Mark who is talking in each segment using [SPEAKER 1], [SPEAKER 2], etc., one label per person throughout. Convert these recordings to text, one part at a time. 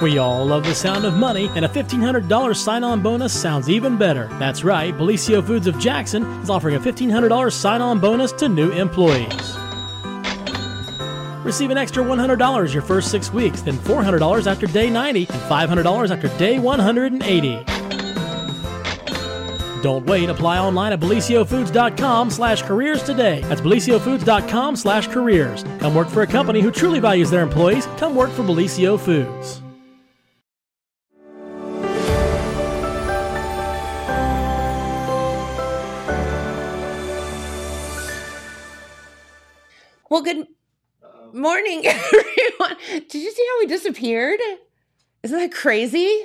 [SPEAKER 1] We all love the sound of money, and a $1,500 sign on bonus sounds even better. That's right, Belicio Foods of Jackson is offering a $1,500 sign on bonus to new employees. Receive an extra $100 your first six weeks, then $400 after day 90, and $500 after day 180. Don't wait. Apply online at beliciofoods.com slash careers today. That's beliciofoods.com slash careers. Come work for a company who truly values their employees. Come work for Belicio Foods.
[SPEAKER 2] Well, good morning, everyone. Did you see how he disappeared? Isn't that crazy?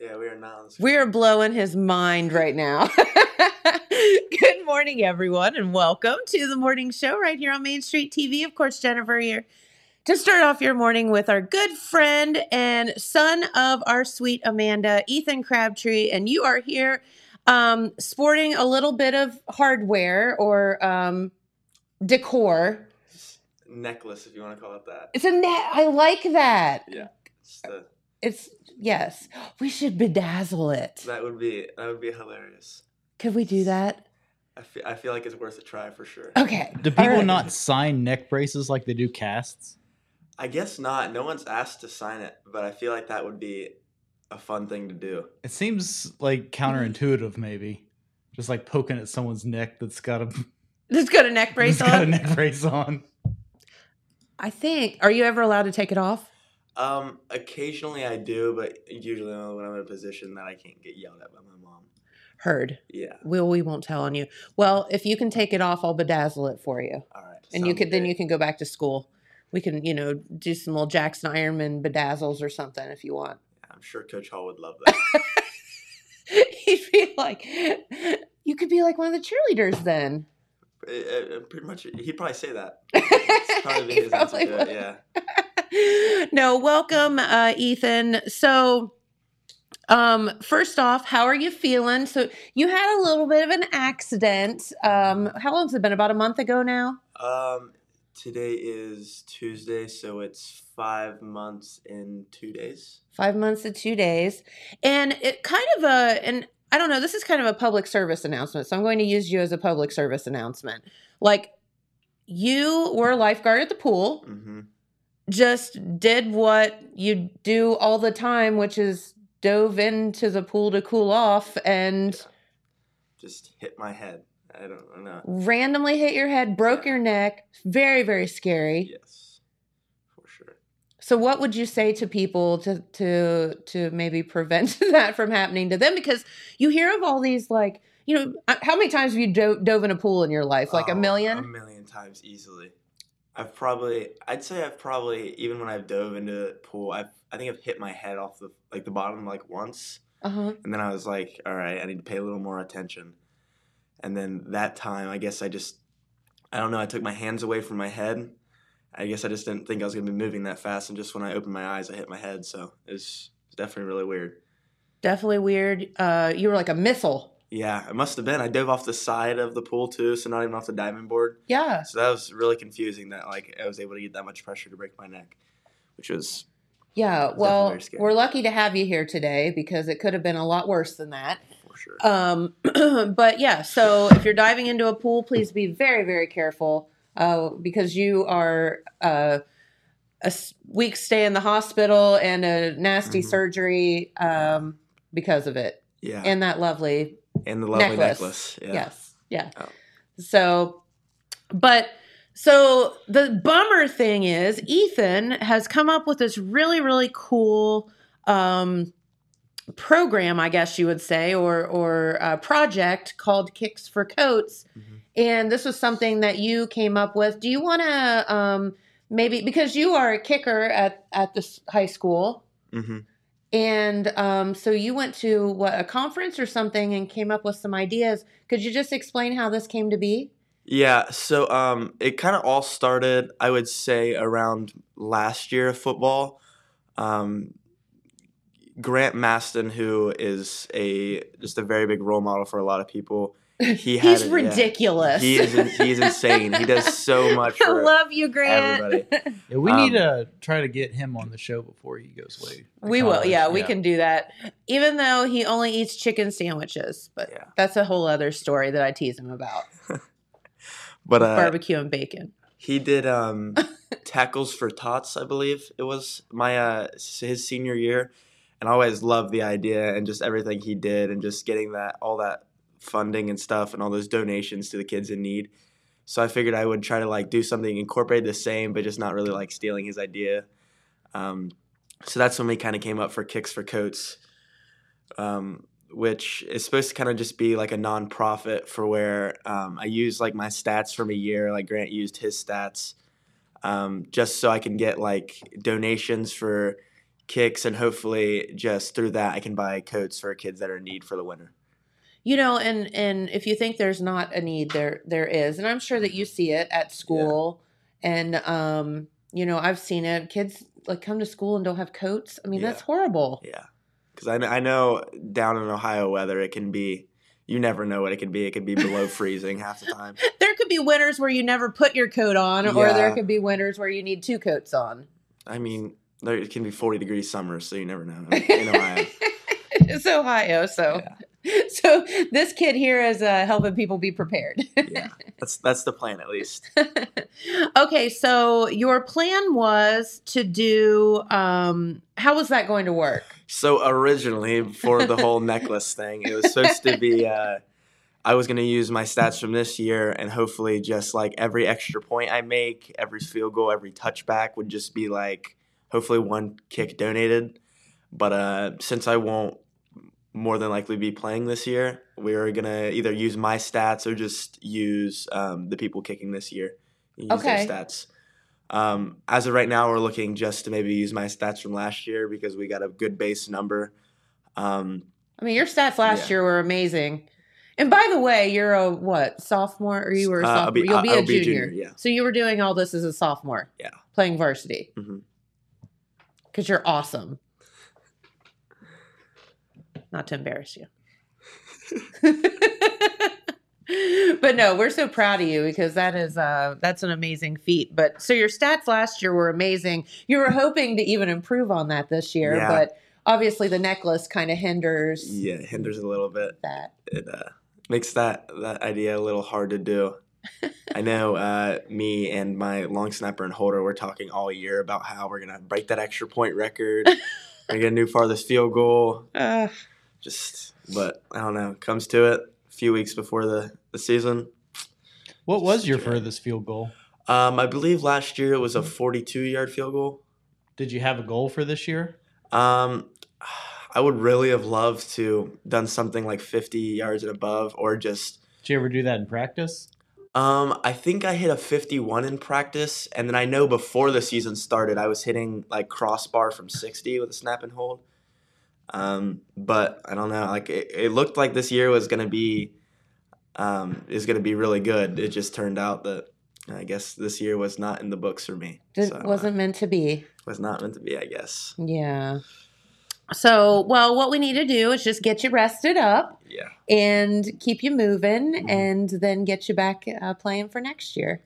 [SPEAKER 3] Yeah, we are not. on
[SPEAKER 2] We are blowing his mind right now. Good morning, everyone, and welcome to the morning show right here on Main Street TV. Of course, Jennifer here to start off your morning with our good friend and son of our sweet Amanda, Ethan Crabtree, and you are here um, sporting a little bit of hardware or um, decor.
[SPEAKER 3] necklace, if you want to call it that.
[SPEAKER 2] It's a net. I like that.
[SPEAKER 3] It's the,
[SPEAKER 2] It's yes. We should bedazzle it.
[SPEAKER 3] that would be that would be hilarious.
[SPEAKER 2] Could we do that?
[SPEAKER 3] I feel, I feel like it's worth a try for sure.
[SPEAKER 2] Okay.
[SPEAKER 4] Do people
[SPEAKER 2] right.
[SPEAKER 4] not sign neck braces like they do casts?
[SPEAKER 3] I guess not. No one's asked to sign it, but I feel like that would be a fun thing to do.
[SPEAKER 4] It seems like counterintuitive, maybe. Just like poking at someone's neck that's got a,
[SPEAKER 2] Just got a neck brace
[SPEAKER 4] that's got a
[SPEAKER 2] on.
[SPEAKER 4] neck brace on.
[SPEAKER 2] I think. Are you ever allowed to take it off?
[SPEAKER 3] Um, occasionally I do, but usually only when I'm in a position that I can't get yelled at by my mom.
[SPEAKER 2] Heard.
[SPEAKER 3] Yeah.
[SPEAKER 2] Well, we won't tell on you. Well, if you can take it off, I'll bedazzle it for you,
[SPEAKER 3] All right.
[SPEAKER 2] and you
[SPEAKER 3] sounds
[SPEAKER 2] could then
[SPEAKER 3] great.
[SPEAKER 2] you can go back to school. We can, you know, do some little Jackson Ironman bedazzles or something if you want.
[SPEAKER 3] I'm sure Coach Hall would love that.
[SPEAKER 2] You'd be like, you could be like one of the cheerleaders then.
[SPEAKER 3] Uh, uh, pretty much, he'd probably say that. Probably be
[SPEAKER 2] He
[SPEAKER 3] his answer to
[SPEAKER 2] would.
[SPEAKER 3] it. Yeah.
[SPEAKER 2] no, welcome, uh, Ethan. So, um, first off, how are you feeling? So, you had a little bit of an accident. Um, how long's it been? About a month ago now.
[SPEAKER 3] Um, today is Tuesday, so it's five months in two days.
[SPEAKER 2] Five months to two days, and it kind of a and I don't know. This is kind of a public service announcement, so I'm going to use you as a public service announcement. Like, you were a lifeguard at the pool.
[SPEAKER 3] Mm-hmm.
[SPEAKER 2] just did what you do all the time, which is dove into the pool to cool off and
[SPEAKER 3] Just hit my head. I don't know.
[SPEAKER 2] randomly hit your head, broke
[SPEAKER 3] Yeah.
[SPEAKER 2] your neck. Very, very scary.
[SPEAKER 3] Yes, for sure.
[SPEAKER 2] So, what would you say to people to to to maybe prevent that from happening to them? Because you hear of all these like. You know, uh, how many times have you do- dove in a pool in your life? Like
[SPEAKER 3] Oh,
[SPEAKER 2] a
[SPEAKER 3] A
[SPEAKER 2] million?
[SPEAKER 3] million times easily. I've probably, I'd say I've probably, even when I've dove into the pool, I've, I think I've hit my head off the, like the bottom like once.
[SPEAKER 2] Uh huh.
[SPEAKER 3] And then I was like, all right, I need to pay a little more attention. And then that time, I guess I just, I don't know, I took my hands away from my head. I guess I just didn't think I was going to be moving that fast. And just when I opened my eyes, I hit my head. So it was definitely really weird.
[SPEAKER 2] Definitely weird. Uh, you were like a missile.
[SPEAKER 3] Yeah, it must have been. I dove off the side of the pool too, so not even off the diving board.
[SPEAKER 2] Yeah.
[SPEAKER 3] So that was really confusing that like I was able to get that much pressure to break my neck, which was
[SPEAKER 2] Yeah.
[SPEAKER 3] Definitely
[SPEAKER 2] Well,
[SPEAKER 3] very scary.
[SPEAKER 2] we're lucky to have you here today because it could have been a lot worse than that.
[SPEAKER 3] for sure.
[SPEAKER 2] Um, but yeah, so if you're diving into a pool, please be very, very careful uh, because you are uh, a s- week stay in the hospital and a nasty
[SPEAKER 3] Mhm.
[SPEAKER 2] surgery um, because of it.
[SPEAKER 3] yeah, and,
[SPEAKER 2] And that lovely,
[SPEAKER 3] the lovely
[SPEAKER 2] necklace.
[SPEAKER 3] necklace. Yeah.
[SPEAKER 2] yes, yeah.
[SPEAKER 3] Oh.
[SPEAKER 2] So, but so the bummer thing is, Ethan has come up with this really, really cool. Um, program, I guess you would say, or or uh, project called Kicks for Coats,
[SPEAKER 3] Mhm.
[SPEAKER 2] and this was something that you came up with. Do you want to um, maybe because you are a kicker at at this high school,
[SPEAKER 3] Mm-hmm.
[SPEAKER 2] and um, so you went to what a conference or something and came up with some ideas. Could you just explain how this came to be?
[SPEAKER 3] Yeah, so um, it kind of all started, I would say, around last year of football. Um, Grant Maston, who is a just a very big role model for a lot of people, He had
[SPEAKER 2] He's
[SPEAKER 3] it, yeah.
[SPEAKER 2] ridiculous.
[SPEAKER 3] He is in- he is insane. He does so much
[SPEAKER 2] I
[SPEAKER 3] for
[SPEAKER 2] love you, Grant.
[SPEAKER 3] everybody.
[SPEAKER 4] Yeah, we need
[SPEAKER 3] Um,
[SPEAKER 4] to try to get him on the show before he goes away. to
[SPEAKER 2] We will,
[SPEAKER 4] college.
[SPEAKER 2] yeah, we can do that. Even though he only eats chicken sandwiches, but
[SPEAKER 3] Yeah.
[SPEAKER 2] that's a whole other story that I tease him about
[SPEAKER 3] But uh,
[SPEAKER 2] barbecue and bacon.
[SPEAKER 3] he did um, tackles for tots, I believe it was my uh, s- his senior year, and I always loved the idea and just everything he did and just getting that all that funding and stuff and all those donations to the kids in need. So I figured I would try to like do something incorporate the same, but just not really like stealing his idea. Um, so that's when we kind of came up for Kicks for Coats, um, which is supposed to kind of just be like a nonprofit for where um, I use like my stats from a year, like Grant used his stats, um, just so I can get like donations for kicks, and hopefully just through that I can buy coats for kids that are in need for the winter.
[SPEAKER 2] You know, and and if you think there's not a need, there there is, and I'm sure that you
[SPEAKER 3] Mm-hmm.
[SPEAKER 2] see it at school. And um, you know, I've seen it. Kids like come to school and don't have coats. I mean, that's
[SPEAKER 3] Yeah.
[SPEAKER 2] horrible.
[SPEAKER 3] Yeah, because I, kn- I know down in Ohio weather it can be. You never know what it could be. It could be below freezing half the time.
[SPEAKER 2] There could be winters where you never put your coat on, or there
[SPEAKER 3] Yeah.
[SPEAKER 2] could be winters where you need two coats on.
[SPEAKER 3] I mean, there it can be 40 degree summers, so you never know Mm-hmm. in Ohio.
[SPEAKER 2] it's Ohio, so so this kid here is uh, helping people be prepared.
[SPEAKER 3] Yeah, that's that's the plan at least.
[SPEAKER 2] okay, so your plan was to do. Um, how was that going to work?
[SPEAKER 3] So originally, before the whole necklace thing, it was supposed to be. Uh, I was going to use my stats from this year, and hopefully, just like every extra point I make, every field goal, every touchback would just be like, hopefully, one kick donated. But uh, since I won't more than likely be playing this year, we are going to either use my stats or just use um, the people kicking this year. Use
[SPEAKER 2] Okay.
[SPEAKER 3] their stats. Um, as of right now, we're looking just to maybe use my stats from last year because we got a good base number. Um,
[SPEAKER 2] I mean, your stats last
[SPEAKER 3] Yeah.
[SPEAKER 2] year were amazing. And by the way, you're a what sophomore, or you were a
[SPEAKER 3] Uh,
[SPEAKER 2] sophomore?
[SPEAKER 3] I'll be-
[SPEAKER 2] You'll be
[SPEAKER 3] I'll
[SPEAKER 2] a
[SPEAKER 3] be a
[SPEAKER 2] junior.
[SPEAKER 3] junior, yeah.
[SPEAKER 2] So you were doing all this as a sophomore.
[SPEAKER 3] Yeah.
[SPEAKER 2] Playing varsity
[SPEAKER 3] mhm.
[SPEAKER 2] because you're awesome. Not to embarrass you. but no, we're so proud of you because that is uh that's an amazing feat. But so your stats last year were amazing. You were hoping to even improve on that this year,
[SPEAKER 3] Yeah.
[SPEAKER 2] but obviously the necklace kind of hinders
[SPEAKER 3] Yeah, it hinders a little bit.
[SPEAKER 2] that.
[SPEAKER 3] It uh, makes that that idea a little hard to do. I know uh, me and my long snapper and holder were talking all year about how we're gonna break that extra point record. we're gonna get a new farthest field goal.
[SPEAKER 2] Uh,
[SPEAKER 3] Just, but I don't know. Comes to it a few weeks before the the season.
[SPEAKER 4] What was your
[SPEAKER 3] Yeah.
[SPEAKER 4] furthest field goal?
[SPEAKER 3] Um, I believe last year it was a 42 yard field goal.
[SPEAKER 4] Did you have a goal for this year?
[SPEAKER 3] Um, I would really have loved to done something like 50 yards and above, or just.
[SPEAKER 4] Did you ever do that in practice?
[SPEAKER 3] Um, I think I hit a 51 in practice, and then I know before the season started, I was hitting like crossbar from 60 with a snap and hold. Um, but I don't know. Like it, it looked like this year was gonna be, um, is gonna be really good. It just turned out that I guess this year was not in the books for me.
[SPEAKER 2] it
[SPEAKER 3] So, uh,
[SPEAKER 2] wasn't meant to be.
[SPEAKER 3] was not meant to be. I guess.
[SPEAKER 2] Yeah. So, well, what we need to do is just get you rested up
[SPEAKER 3] Yeah.
[SPEAKER 2] and keep you moving
[SPEAKER 3] Mhm.
[SPEAKER 2] and then get you back uh, playing for next year.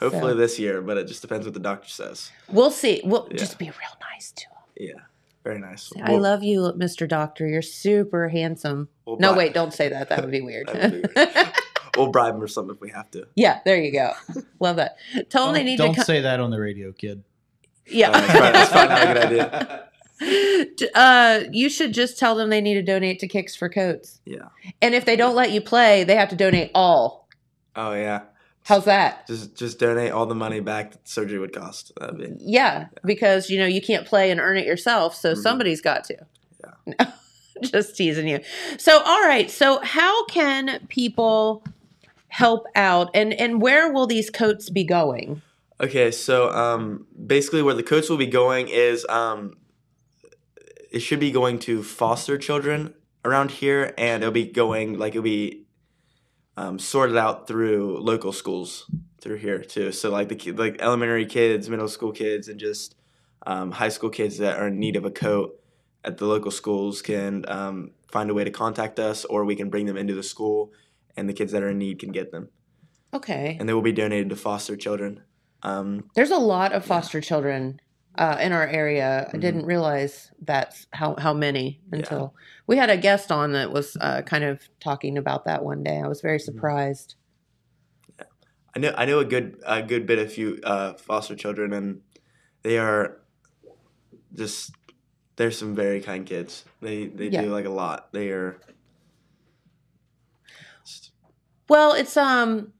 [SPEAKER 3] Hopefully
[SPEAKER 2] So-
[SPEAKER 3] this year, but it just depends what the doctor says.
[SPEAKER 2] We'll see. We'll
[SPEAKER 3] Yeah.
[SPEAKER 2] just be real nice to him.
[SPEAKER 3] Yeah. Very nice.
[SPEAKER 2] Say, I
[SPEAKER 3] We'll-
[SPEAKER 2] love you, Mr. Doctor. You're super handsome.
[SPEAKER 3] we'll
[SPEAKER 2] No,
[SPEAKER 3] bri-
[SPEAKER 2] wait, don't say that. That would be weird.
[SPEAKER 3] That would be weird. We'll bribe him or something if we have to.
[SPEAKER 2] yeah, there you go. Love that. Tell him they
[SPEAKER 4] Don't-
[SPEAKER 2] need
[SPEAKER 4] don't
[SPEAKER 2] to come.
[SPEAKER 4] say that on the radio, kid.
[SPEAKER 2] Yeah.
[SPEAKER 3] Uh, it's probably- it's probably not a good idea.
[SPEAKER 2] uh, you should just tell them they need to donate to Kicks for Coats.
[SPEAKER 3] Yeah.
[SPEAKER 2] And if they don't let you play, they have to donate all.
[SPEAKER 3] Oh yeah,
[SPEAKER 2] How's that?
[SPEAKER 3] just just donate all the money back that surgery would cost. That'd be
[SPEAKER 2] Yeah, because you know you can't play and earn it yourself, so
[SPEAKER 3] Mhm.
[SPEAKER 2] somebody's got to. Yeah. just teasing you. So, all right. So, how can people help out, and and where will these coats be going?
[SPEAKER 3] okay. So um, basically, where the coats will be going is um, it should be going to foster children around here, and it'll be going like it'll be um, sorted out through local schools through here too. So like the ki- like elementary kids, middle school kids, and just um, high school kids that are in need of a coat at the local schools can um, find a way to contact us, or we can bring them into the school and the kids that are in need can get them.
[SPEAKER 2] Okay.
[SPEAKER 3] And they will be donated to foster children. Um,
[SPEAKER 2] There's a lot of foster children uh, in our area. I didn't realize that's how, how many until we had a guest on that was uh, kind of talking about that one day. I was very surprised.
[SPEAKER 3] I know I know a good a good bit of few uh, foster children, and they are just they're some very kind kids. They they
[SPEAKER 2] Yeah.
[SPEAKER 3] do like a lot. They are. just-
[SPEAKER 2] Well, it's um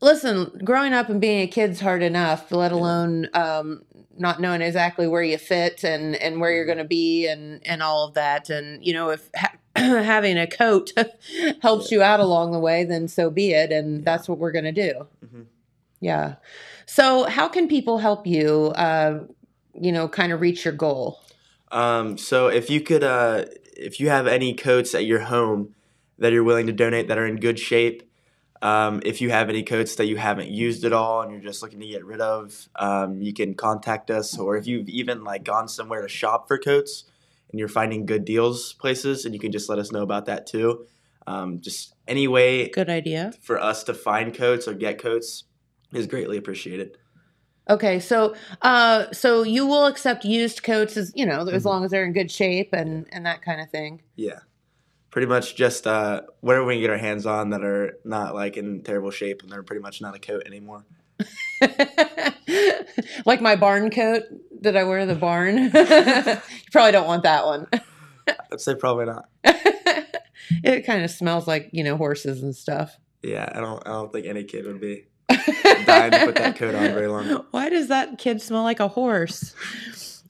[SPEAKER 2] listen, growing up and being a kid's hard enough, let alone um not knowing exactly where you fit and and where you're going to be and and all of that and you know if ha- having a coat helps you out along the way then so be it and that's what we're going to do.
[SPEAKER 3] Mhm.
[SPEAKER 2] Yeah. So, how can people help you uh you know kind of reach your goal?
[SPEAKER 3] Um, so if you could, uh, if you have any coats at your home that you're willing to donate that are in good shape, um, if you have any coats that you haven't used at all and you're just looking to get rid of, um, you can contact us. Or if you've even like gone somewhere to shop for coats and you're finding good deals places, and you can just let us know about that too. Um, just any way
[SPEAKER 2] Good idea.
[SPEAKER 3] for us to find coats or get coats is greatly appreciated.
[SPEAKER 2] Okay, so uh, so you will accept used coats as you know as
[SPEAKER 3] Mhm.
[SPEAKER 2] long as they're in good shape and and that kind of thing.
[SPEAKER 3] Yeah. Pretty much just uh, whatever we can get our hands on that are not like in terrible shape and they're pretty much not a coat anymore.
[SPEAKER 2] like my barn coat that I wear to the barn. you probably don't want that one.
[SPEAKER 3] I'd say probably not.
[SPEAKER 2] it kind of smells like you know horses and stuff.
[SPEAKER 3] Yeah, I don't I don't think any kid would be. dying to put that coat on very long.
[SPEAKER 2] Why does that kid smell like a horse?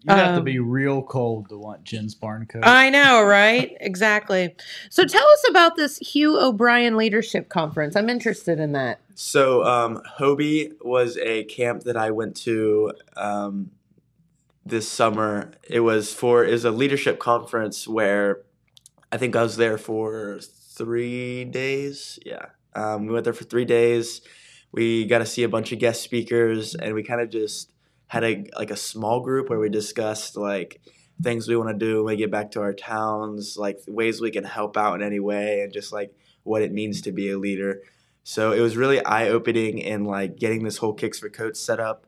[SPEAKER 4] You'd have to
[SPEAKER 2] Um,
[SPEAKER 4] be real cold to want Jen's barn coat.
[SPEAKER 2] I know, right? Exactly. So tell us about this Hugh O'Brien Leadership Conference. I'm interested in that.
[SPEAKER 3] So um, Hobie was a camp that I went to um, this summer. It was for is a leadership conference where I think I was there for three days. Yeah, um, we went there for three days. We got to see a bunch of guest speakers, and we kind of just had a like a small group where we discussed like things we want to do when we get back to our towns, like ways we can help out in any way, and just like what it means to be a leader. So it was really eye opening in like getting this whole Kicks for Coats set up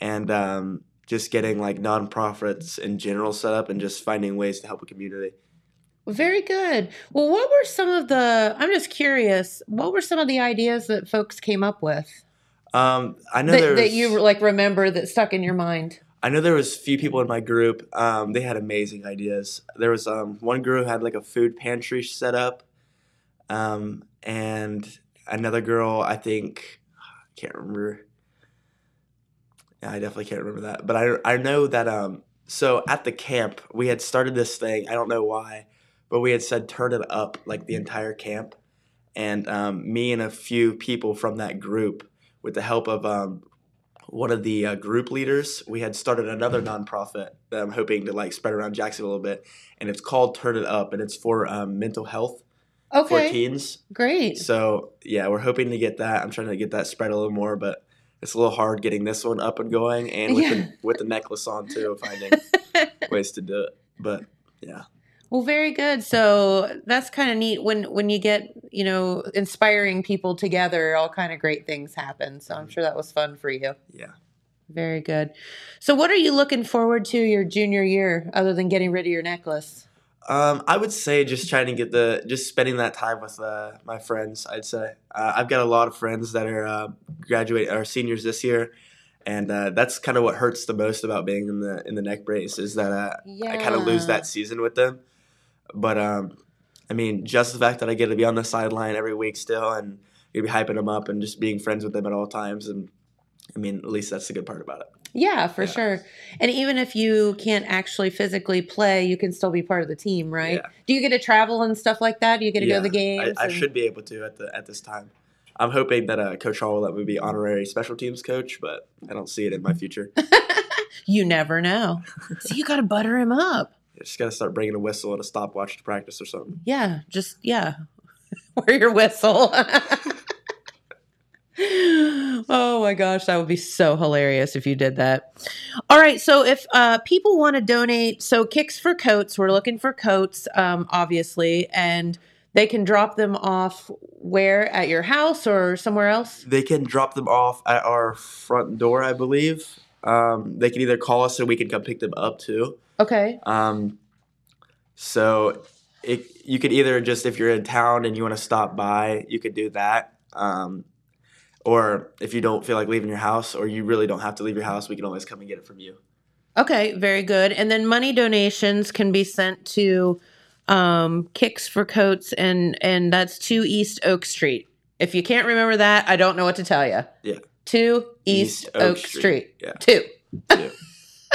[SPEAKER 3] and um, just getting like nonprofits in general set up and just finding ways to help a community.
[SPEAKER 2] Very good. Well, what were some of the, I'm just curious, what were some of the ideas that folks came up with
[SPEAKER 3] Um, I know
[SPEAKER 2] that,
[SPEAKER 3] there
[SPEAKER 2] that
[SPEAKER 3] was,
[SPEAKER 2] you like remember that stuck in your mind?
[SPEAKER 3] I know there was few people in my group. Um, they had amazing ideas. There was um, one girl who had like a food pantry set up, um, and another girl I think I can't remember. Yeah, I definitely can't remember that. But I I know that um so at the camp we had started this thing. I don't know why, but we had said turn it up like the entire camp, and um, me and a few people from that group, with the help of um, one of the uh, group leaders, we had started another nonprofit that I'm hoping to like spread around Jackson a little bit, and it's called Turn It Up, and it's for um, mental health
[SPEAKER 2] Okay.
[SPEAKER 3] for teens.
[SPEAKER 2] Great.
[SPEAKER 3] So yeah, we're hoping to get that. I'm trying to get that spread a little more, but it's a little hard getting this one up and going, and with
[SPEAKER 2] Yeah.
[SPEAKER 3] the with the necklace on too, finding ways to do it. But
[SPEAKER 2] Well, very good. So that's kind of neat when when you get, you know, inspiring people together, all kind of great things happen. So I'm sure that was fun for you.
[SPEAKER 3] yeah,
[SPEAKER 2] Very good. So what are you looking forward to your junior year other than getting rid of your necklace?
[SPEAKER 3] um, I would say just trying to get the just spending that time with uh, my friends. I'd say uh, I've got a lot of friends that are uh, graduate are seniors this year, and uh, that's kind of what hurts the most about being in the in the neck brace is that uh,
[SPEAKER 2] Yeah.
[SPEAKER 3] I kind of lose that season with them. But um, I mean, just the fact that I get to be on the sideline every week still and be hyping them up and just being friends with them at all times, and I mean, at least that's the good part about it.
[SPEAKER 2] Yeah, for
[SPEAKER 3] Yeah.
[SPEAKER 2] sure. And even if you can't actually physically play, you can still be part of the team, right?
[SPEAKER 3] Yeah.
[SPEAKER 2] Do you get to travel and stuff like that? Do you get to go
[SPEAKER 3] Yeah,
[SPEAKER 2] to the games?
[SPEAKER 3] I, I
[SPEAKER 2] and-
[SPEAKER 3] should be able to at the at this time. I'm hoping that uh, Coach Hall will let me be honorary special teams coach, but I don't see it in my future. I
[SPEAKER 2] You never know. so you got to butter him up.
[SPEAKER 3] just gotta start bringing a whistle and a stopwatch to practice or something.
[SPEAKER 2] Yeah, just yeah. Wear your whistle. oh my gosh, that would be so hilarious if you did that. All right, so if uh, people want to donate, so kicks for coats, we're looking for coats, um, obviously, and They can drop them off where at your house or somewhere else.
[SPEAKER 3] They can drop them off at our front door, I believe. Um, they can either call us and we can come pick them up too.
[SPEAKER 2] Okay.
[SPEAKER 3] Um, so it, you could either just if you're in town and you want to stop by, you could do that. Um, or if you don't feel like leaving your house, or you really don't have to leave your house, we can always come and get it from you.
[SPEAKER 2] Okay, very good. And then money donations can be sent to um, Kicks for Coats, and and that's two East Oak Street. If you can't remember that, I don't know what to tell you.
[SPEAKER 3] Yeah.
[SPEAKER 2] Two East, Oak, Street. Two,
[SPEAKER 3] Yeah. two.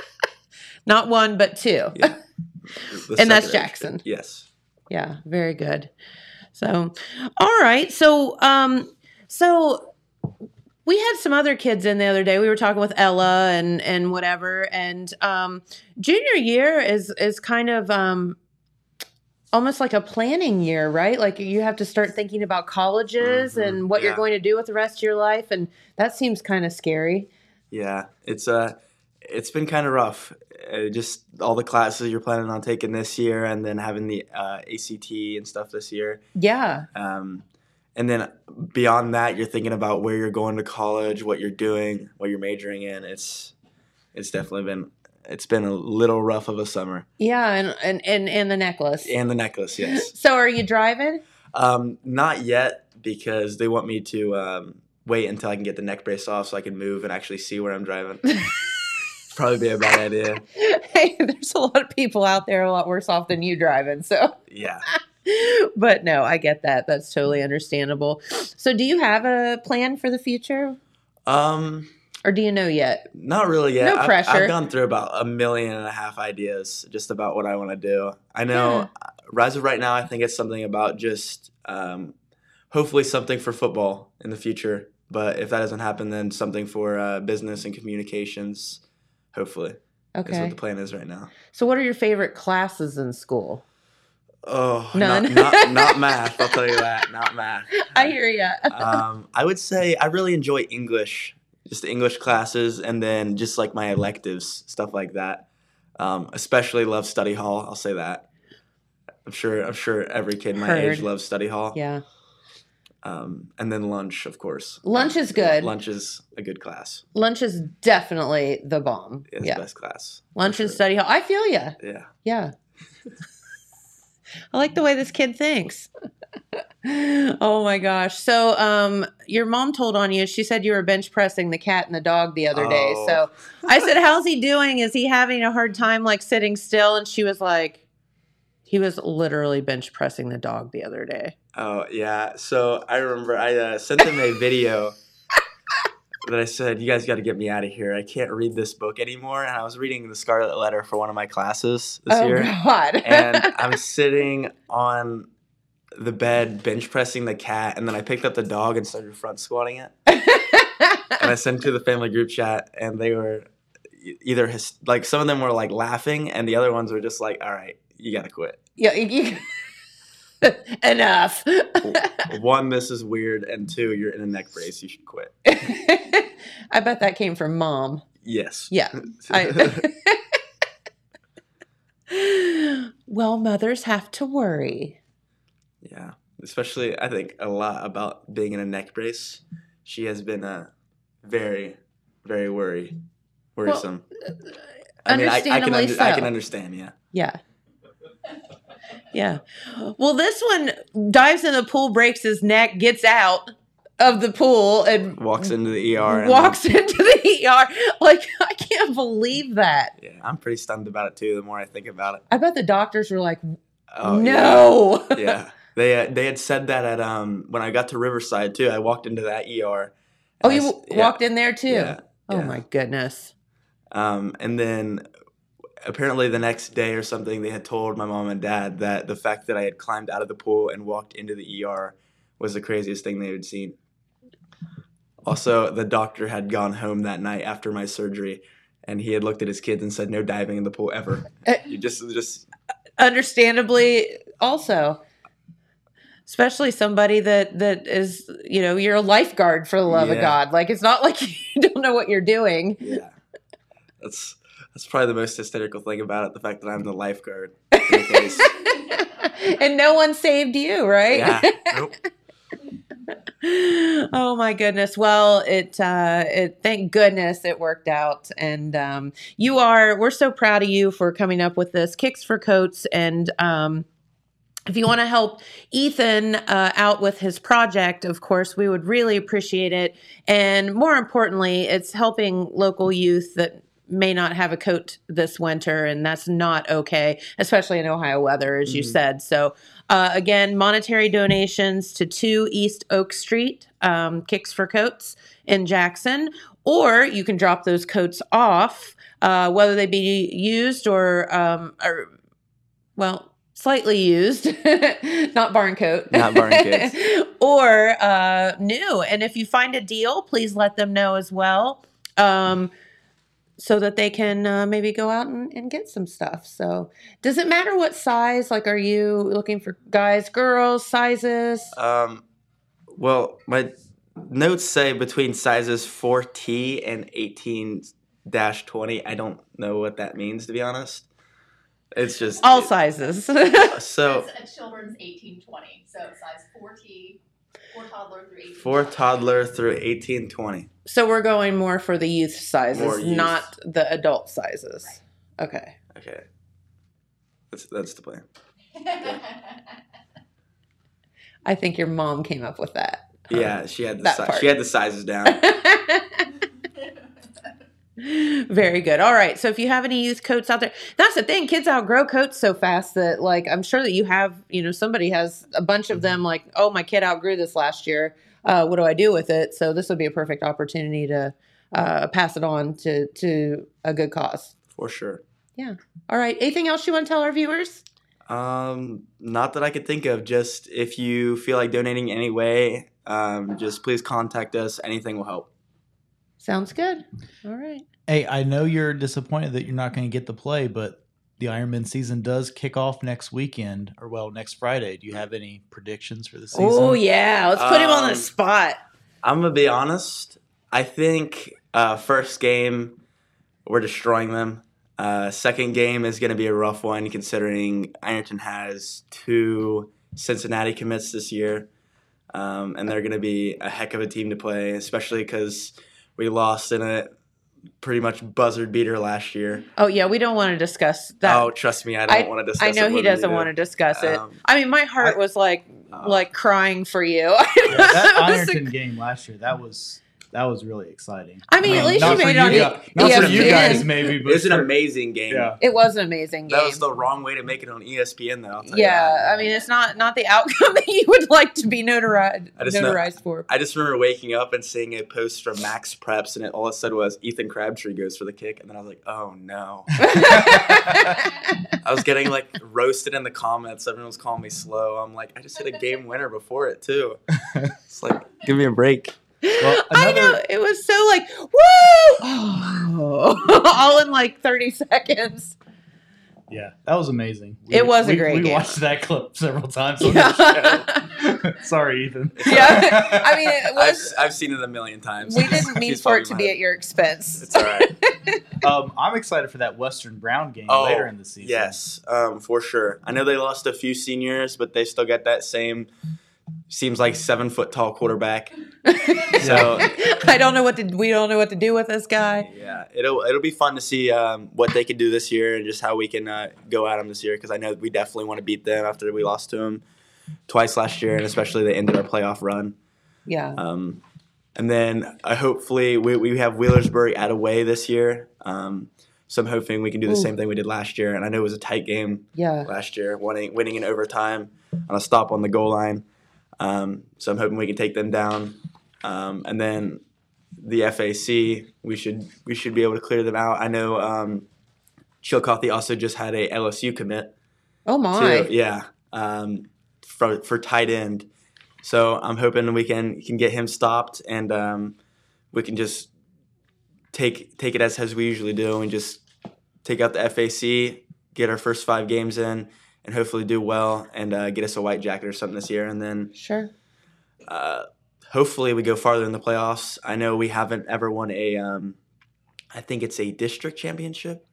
[SPEAKER 2] not one, but two.
[SPEAKER 3] Yeah. The
[SPEAKER 2] And that's
[SPEAKER 3] second-
[SPEAKER 2] Jackson.
[SPEAKER 3] Yes.
[SPEAKER 2] Yeah, very good. So, all right. So, um, so we had some other kids in the other day. We were talking with Ella and and whatever. And um, junior year is is kind of um, almost like a planning year, right? Like you have to start thinking about colleges
[SPEAKER 3] Mhm,
[SPEAKER 2] and what you're
[SPEAKER 3] yeah.
[SPEAKER 2] going to do with the rest of your life, and that seems kind of scary.
[SPEAKER 3] Yeah, it's uh it's been kind of rough. Uh, just all the classes you're planning on taking this year, and then having the uh, ACT and stuff this year.
[SPEAKER 2] Yeah.
[SPEAKER 3] Um, and then beyond that, you're thinking about where you're going to college, what you're doing, what you're majoring in. It's it's definitely been it's been a little rough of a summer.
[SPEAKER 2] Yeah, and and and, and the necklace.
[SPEAKER 3] And the necklace, yes.
[SPEAKER 2] So, are you driving?
[SPEAKER 3] Um, not yet because they want me to um, wait until I can get the neck brace off so I can move and actually see where I'm driving. Probably be a bad idea.
[SPEAKER 2] hey, there's a lot of people out there a lot worse off than you driving. So,
[SPEAKER 3] Yeah.
[SPEAKER 2] but no, I get that. That's totally understandable. So, do you have a plan for the future
[SPEAKER 3] Um,
[SPEAKER 2] or do you know yet?
[SPEAKER 3] not really yet.
[SPEAKER 2] No
[SPEAKER 3] I've- I've,
[SPEAKER 2] pressure.
[SPEAKER 3] gone through about a million and a half ideas just about what I want to do. I know, uh as of right now, I think it's something about just um, hopefully something for football in the future. But if that doesn't happen, then something for uh, business and communications. Hopefully, is what
[SPEAKER 2] Okay.
[SPEAKER 3] the plan is right now.
[SPEAKER 2] So, what are your favorite classes in school?
[SPEAKER 3] Oh,
[SPEAKER 2] None.
[SPEAKER 3] Not, not, not math. I'll tell you that. Not math.
[SPEAKER 2] I hear you.
[SPEAKER 3] um, I would say I really enjoy English, just the English classes, and then just like my electives, stuff like that. Um, especially love study hall. I'll say that. I'm sure. I'm sure every kid my
[SPEAKER 2] Heard.
[SPEAKER 3] age loves study hall.
[SPEAKER 2] Yeah.
[SPEAKER 3] Um, and then lunch, of course. Um,
[SPEAKER 2] Lunch is good.
[SPEAKER 3] Lunch is a good class.
[SPEAKER 2] Lunch is definitely the bomb.
[SPEAKER 3] It's
[SPEAKER 2] yeah.
[SPEAKER 3] the best class. for
[SPEAKER 2] Lunch and
[SPEAKER 3] sure.
[SPEAKER 2] study hall. I feel you.
[SPEAKER 3] Yeah.
[SPEAKER 2] Yeah. I like the way this kid thinks. oh my gosh. So um your mom told on you, she said you were bench pressing the cat and the dog the other day.
[SPEAKER 3] Oh.
[SPEAKER 2] So I said, How's he doing? Is he having a hard time like sitting still? And she was like, He was literally bench pressing the dog the other day.
[SPEAKER 3] Oh yeah. So I remember I uh, sent them a video that I said, "You guys got to get me out of here. I can't read this book anymore." And I was reading the Scarlet Letter for one of my classes this
[SPEAKER 2] oh
[SPEAKER 3] year,
[SPEAKER 2] God.
[SPEAKER 3] and I'm sitting on the bed bench pressing the cat, and then I picked up the dog and started front squatting it, and I sent it to the family group chat, and they were e- either his- like some of them were like laughing, and the other ones were just like, "All right, you gotta quit."
[SPEAKER 2] yeah, you- enough.
[SPEAKER 3] one, this is weird, and two, you're in a neck brace. You should quit.
[SPEAKER 2] I bet that came from mom.
[SPEAKER 3] Yes.
[SPEAKER 2] Yeah. I, well, mothers have to worry.
[SPEAKER 3] yeah. Especially, I think a lot about being in a neck brace. She has been uh, very, very worry, worrisome. I, I,
[SPEAKER 2] uh, understandably
[SPEAKER 3] can I
[SPEAKER 2] so.
[SPEAKER 3] can understand. Yeah.
[SPEAKER 2] Yeah. Yeah. Well, this one dives in the pool, breaks his neck, gets out of the pool, and
[SPEAKER 3] Walks into the ER. and-
[SPEAKER 2] walks into the ER. Like, I can't believe that.
[SPEAKER 3] yeah, I'm pretty stunned about it too. The more I think about it.
[SPEAKER 2] I bet the doctors were like,
[SPEAKER 3] Oh, yeah.
[SPEAKER 2] no.
[SPEAKER 3] yeah. They uh, they had said that at um when I got to Riverside too. I walked into that ER.
[SPEAKER 2] Oh, you walked in there too?
[SPEAKER 3] Yeah.
[SPEAKER 2] Oh,
[SPEAKER 3] yeah.
[SPEAKER 2] my goodness.
[SPEAKER 3] Um, and then apparently the next day or something, they had told my mom and dad that the fact that I had climbed out of the pool and walked into the ER was the craziest thing they had seen. Also, the doctor had gone home that night after my surgery, and he had looked at his kids and said, "No diving in the pool ever." you just, just
[SPEAKER 2] understandably also especially somebody that that is you know you're a lifeguard for the love of
[SPEAKER 3] Yeah.
[SPEAKER 2] god like it's not like you don't know what you're doing
[SPEAKER 3] yeah. That's That's probably the most hysterical thing about it—the fact that I'm the lifeguard. in the case.
[SPEAKER 2] and no one saved you, right?
[SPEAKER 3] Yeah. Nope.
[SPEAKER 2] oh my goodness. Well, it uh it thank goodness it worked out and um you are we're so proud of you for coming up with this kicks for coats and um if you want to help Ethan uh, out with his project, of course, we would really appreciate it. And more importantly, it's helping local youth that may not have a coat this winter, and that's not okay, especially in Ohio weather, as you
[SPEAKER 3] Mhm.
[SPEAKER 2] said. So, uh, again, monetary donations to 2 East Oak Street, um, Kicks for Coats in Jackson, or you can drop those coats off, uh, whether they be used or, um, or well, slightly used, not barn coat.
[SPEAKER 3] Not barn coats.
[SPEAKER 2] or uh, new. And if you find a deal, please let them know as well. Um, so that they can uh, maybe go out and, and get some stuff. So, does it matter what size? Like, are you looking for guys, girls, sizes?
[SPEAKER 3] Um, well, my notes say between sizes 4T and 18 20. I don't know what that means, to be honest. It's just.
[SPEAKER 2] All sizes.
[SPEAKER 3] So,
[SPEAKER 5] That's a children's 1820, so size 4T,
[SPEAKER 3] for
[SPEAKER 5] four toddler through 18.
[SPEAKER 3] toddler through eighteen twenty.
[SPEAKER 2] so we're going more for the youth
[SPEAKER 3] More
[SPEAKER 2] sizes,
[SPEAKER 3] youth.
[SPEAKER 2] not the adult sizes. Okay.
[SPEAKER 3] Okay. That's, that's the plan.
[SPEAKER 2] I think your mom came up with that.
[SPEAKER 3] Yeah, she had the
[SPEAKER 2] That
[SPEAKER 3] si-
[SPEAKER 2] part.
[SPEAKER 3] she had the sizes down.
[SPEAKER 2] Very good. All right. So if you have any youth coats out there, that's the thing. Kids outgrow coats so fast that, like, I'm sure that you have, you know, somebody has a bunch of
[SPEAKER 3] Mm-hmm.
[SPEAKER 2] them, like, oh, my kid outgrew this last year. Uh, what do I do with it? So this would be a perfect opportunity to uh, pass it on to, to a good cause.
[SPEAKER 3] for sure.
[SPEAKER 2] All right. Anything else you want to tell our viewers?
[SPEAKER 3] Um, not that I could think of. Just if you feel like donating anyway, um, just please contact us. Anything will help.
[SPEAKER 2] Sounds good. All right.
[SPEAKER 4] Hey, I know you're disappointed that you're not going to get the play, but the Ironman season does kick off next weekend, or well, next Friday. Do you have any predictions for the season?
[SPEAKER 2] Oh, yeah. Let's put him on the
[SPEAKER 3] Um,
[SPEAKER 2] spot.
[SPEAKER 3] I'm gonna be honest. I think uh, first game we're destroying them. Uh, second game is gonna be a rough one considering Ironton has two Cincinnati commits this year, um, and they're gonna be a heck of a team to play, especially because we lost in a pretty much buzzard beater last year.
[SPEAKER 2] Oh, yeah. We don't want to discuss that.
[SPEAKER 3] oh, trust me, I don't
[SPEAKER 2] I-
[SPEAKER 3] want to discuss.
[SPEAKER 2] I know
[SPEAKER 3] it
[SPEAKER 2] he doesn't want to discuss it. I mean, my heart
[SPEAKER 3] Um, I-
[SPEAKER 2] was like
[SPEAKER 3] Uh,
[SPEAKER 2] like crying for you.
[SPEAKER 4] Oh. Yeah, that
[SPEAKER 2] It was
[SPEAKER 4] Ironton
[SPEAKER 2] like-
[SPEAKER 4] game last year that was that was really exciting.
[SPEAKER 2] I mean, at least
[SPEAKER 4] not
[SPEAKER 2] you
[SPEAKER 4] for
[SPEAKER 2] made it on
[SPEAKER 4] you,
[SPEAKER 2] E-
[SPEAKER 4] guys- not for
[SPEAKER 3] ESPN.
[SPEAKER 4] you guys, maybe,
[SPEAKER 3] it
[SPEAKER 4] but
[SPEAKER 3] was an
[SPEAKER 4] for-
[SPEAKER 3] amazing game.
[SPEAKER 4] yeah.
[SPEAKER 2] it was an amazing game.
[SPEAKER 3] That was the wrong way to make it on E ESPN, though. I'll tell you that.
[SPEAKER 2] yeah, I mean, it's not not the outcome that you would like to be notarized
[SPEAKER 3] I just know-
[SPEAKER 2] notarized for.
[SPEAKER 3] I just remember waking up and seeing a post from Max Preps, and it all it said was Ethan Crabtree goes for the kick, and then I was like, oh no. I was getting like roasted in the comments. Everyone was calling me slow. I'm like, I just hit a game winner before it too. It's like, give me a break.
[SPEAKER 4] Well,
[SPEAKER 2] I know
[SPEAKER 4] another-
[SPEAKER 2] it was so like
[SPEAKER 4] Oh.
[SPEAKER 2] woo, all in like thirty seconds.
[SPEAKER 4] Yeah, that was amazing.
[SPEAKER 2] It was a
[SPEAKER 4] we-
[SPEAKER 2] great
[SPEAKER 4] We
[SPEAKER 2] game.
[SPEAKER 4] watched that clip several times on
[SPEAKER 2] Yeah.
[SPEAKER 4] the show. Sorry, Ethan.
[SPEAKER 2] Yeah, I mean, it
[SPEAKER 3] I've,
[SPEAKER 2] was.
[SPEAKER 3] I've seen it a million times.
[SPEAKER 2] We
[SPEAKER 3] It just
[SPEAKER 2] didn't mean
[SPEAKER 3] keeps
[SPEAKER 2] for
[SPEAKER 3] popping
[SPEAKER 2] it to
[SPEAKER 3] in
[SPEAKER 2] be
[SPEAKER 3] my
[SPEAKER 2] at
[SPEAKER 3] head.
[SPEAKER 2] your expense.
[SPEAKER 3] It's all right.
[SPEAKER 4] um, I'm excited for that Western Brown game
[SPEAKER 3] Oh,
[SPEAKER 4] later in the season.
[SPEAKER 3] Yes, um, for sure. I know they lost a few seniors, but they still got that same seems like seven foot tall quarterback. So
[SPEAKER 2] I don't know what to. We don't know what to do with this guy.
[SPEAKER 3] yeah, it'll it'll be fun to see um, what they can do this year and just how we can uh, go at them this year because I know we definitely want to beat them after we lost to them twice last year and especially they ended our playoff run.
[SPEAKER 2] Yeah.
[SPEAKER 4] Uh,
[SPEAKER 3] Um, and then I hopefully we, we have Wheelersburg at away this year. Um, so I'm hoping we can do the
[SPEAKER 2] Ooh.
[SPEAKER 3] same thing we did last year. And I know it was a tight game
[SPEAKER 2] Yeah.
[SPEAKER 3] last year, winning winning in overtime on a stop on the goal line. Um, so I'm hoping we can take them down, um, and then the FAC we should we should be able to clear them out. I know um, Chillicothe also just had a LSU commit
[SPEAKER 2] Oh
[SPEAKER 3] too.
[SPEAKER 2] my.
[SPEAKER 3] Yeah, um, for for tight end. So I'm hoping we can can get him stopped, and um, we can just take take it as as we usually do, and just take out the FAC, get our first five games in, and hopefully do well and uh, get us a white jacket or something this year, and then
[SPEAKER 2] Sure.
[SPEAKER 3] uh, hopefully we go farther in the playoffs. I know we haven't ever won a, um, I think it's a district championship.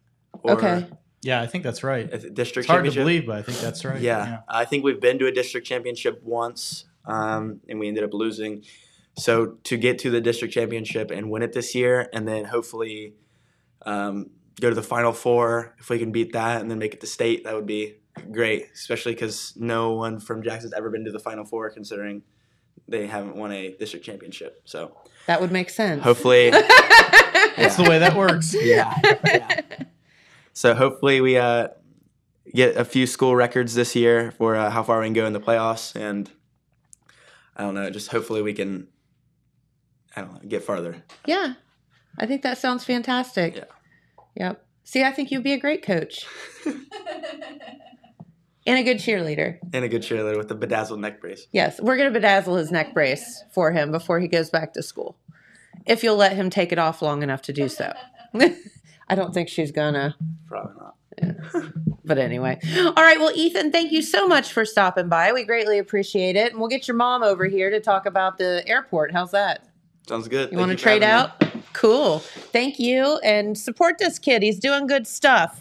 [SPEAKER 2] Okay.
[SPEAKER 4] Yeah, I think that's right.
[SPEAKER 3] a district
[SPEAKER 4] It's hard to
[SPEAKER 3] championship.
[SPEAKER 4] believe, but I think that's right.
[SPEAKER 3] Yeah. I think we've been to a district championship once, um, and we ended up losing. So to get to the district championship and win it this year, and then hopefully um, go to the final four if we can beat that, and then make it to state, that would be great. Especially because no one from Jackson's ever been to the final four, considering they haven't won a district championship. So
[SPEAKER 2] That would make sense.
[SPEAKER 3] hopefully,
[SPEAKER 4] That's the way that works.
[SPEAKER 3] yeah. yeah. So hopefully we uh, get a few school records this year for uh, how far we can go in the playoffs, and I don't know, just hopefully we can, I don't know, get farther.
[SPEAKER 2] yeah. I think that sounds fantastic.
[SPEAKER 3] Yeah.
[SPEAKER 2] Yep. See, I think you'd be a great coach and a good cheerleader.
[SPEAKER 3] And a good cheerleader with a bedazzled neck brace.
[SPEAKER 2] Yes, we're going to bedazzle his neck brace for him before he goes back to school. If you'll let him take it off long enough to do so. I don't think she's going to.
[SPEAKER 3] Probably not.
[SPEAKER 2] But anyway. All right. Well, Ethan, thank you so much for stopping by. We greatly appreciate it. And we'll get your mom over here to talk about the airport. How's that?
[SPEAKER 3] Sounds good.
[SPEAKER 2] You
[SPEAKER 3] Thank
[SPEAKER 2] want to
[SPEAKER 3] for
[SPEAKER 2] trade
[SPEAKER 3] having me.
[SPEAKER 2] out? Cool. Thank you. And support this kid. He's doing good stuff.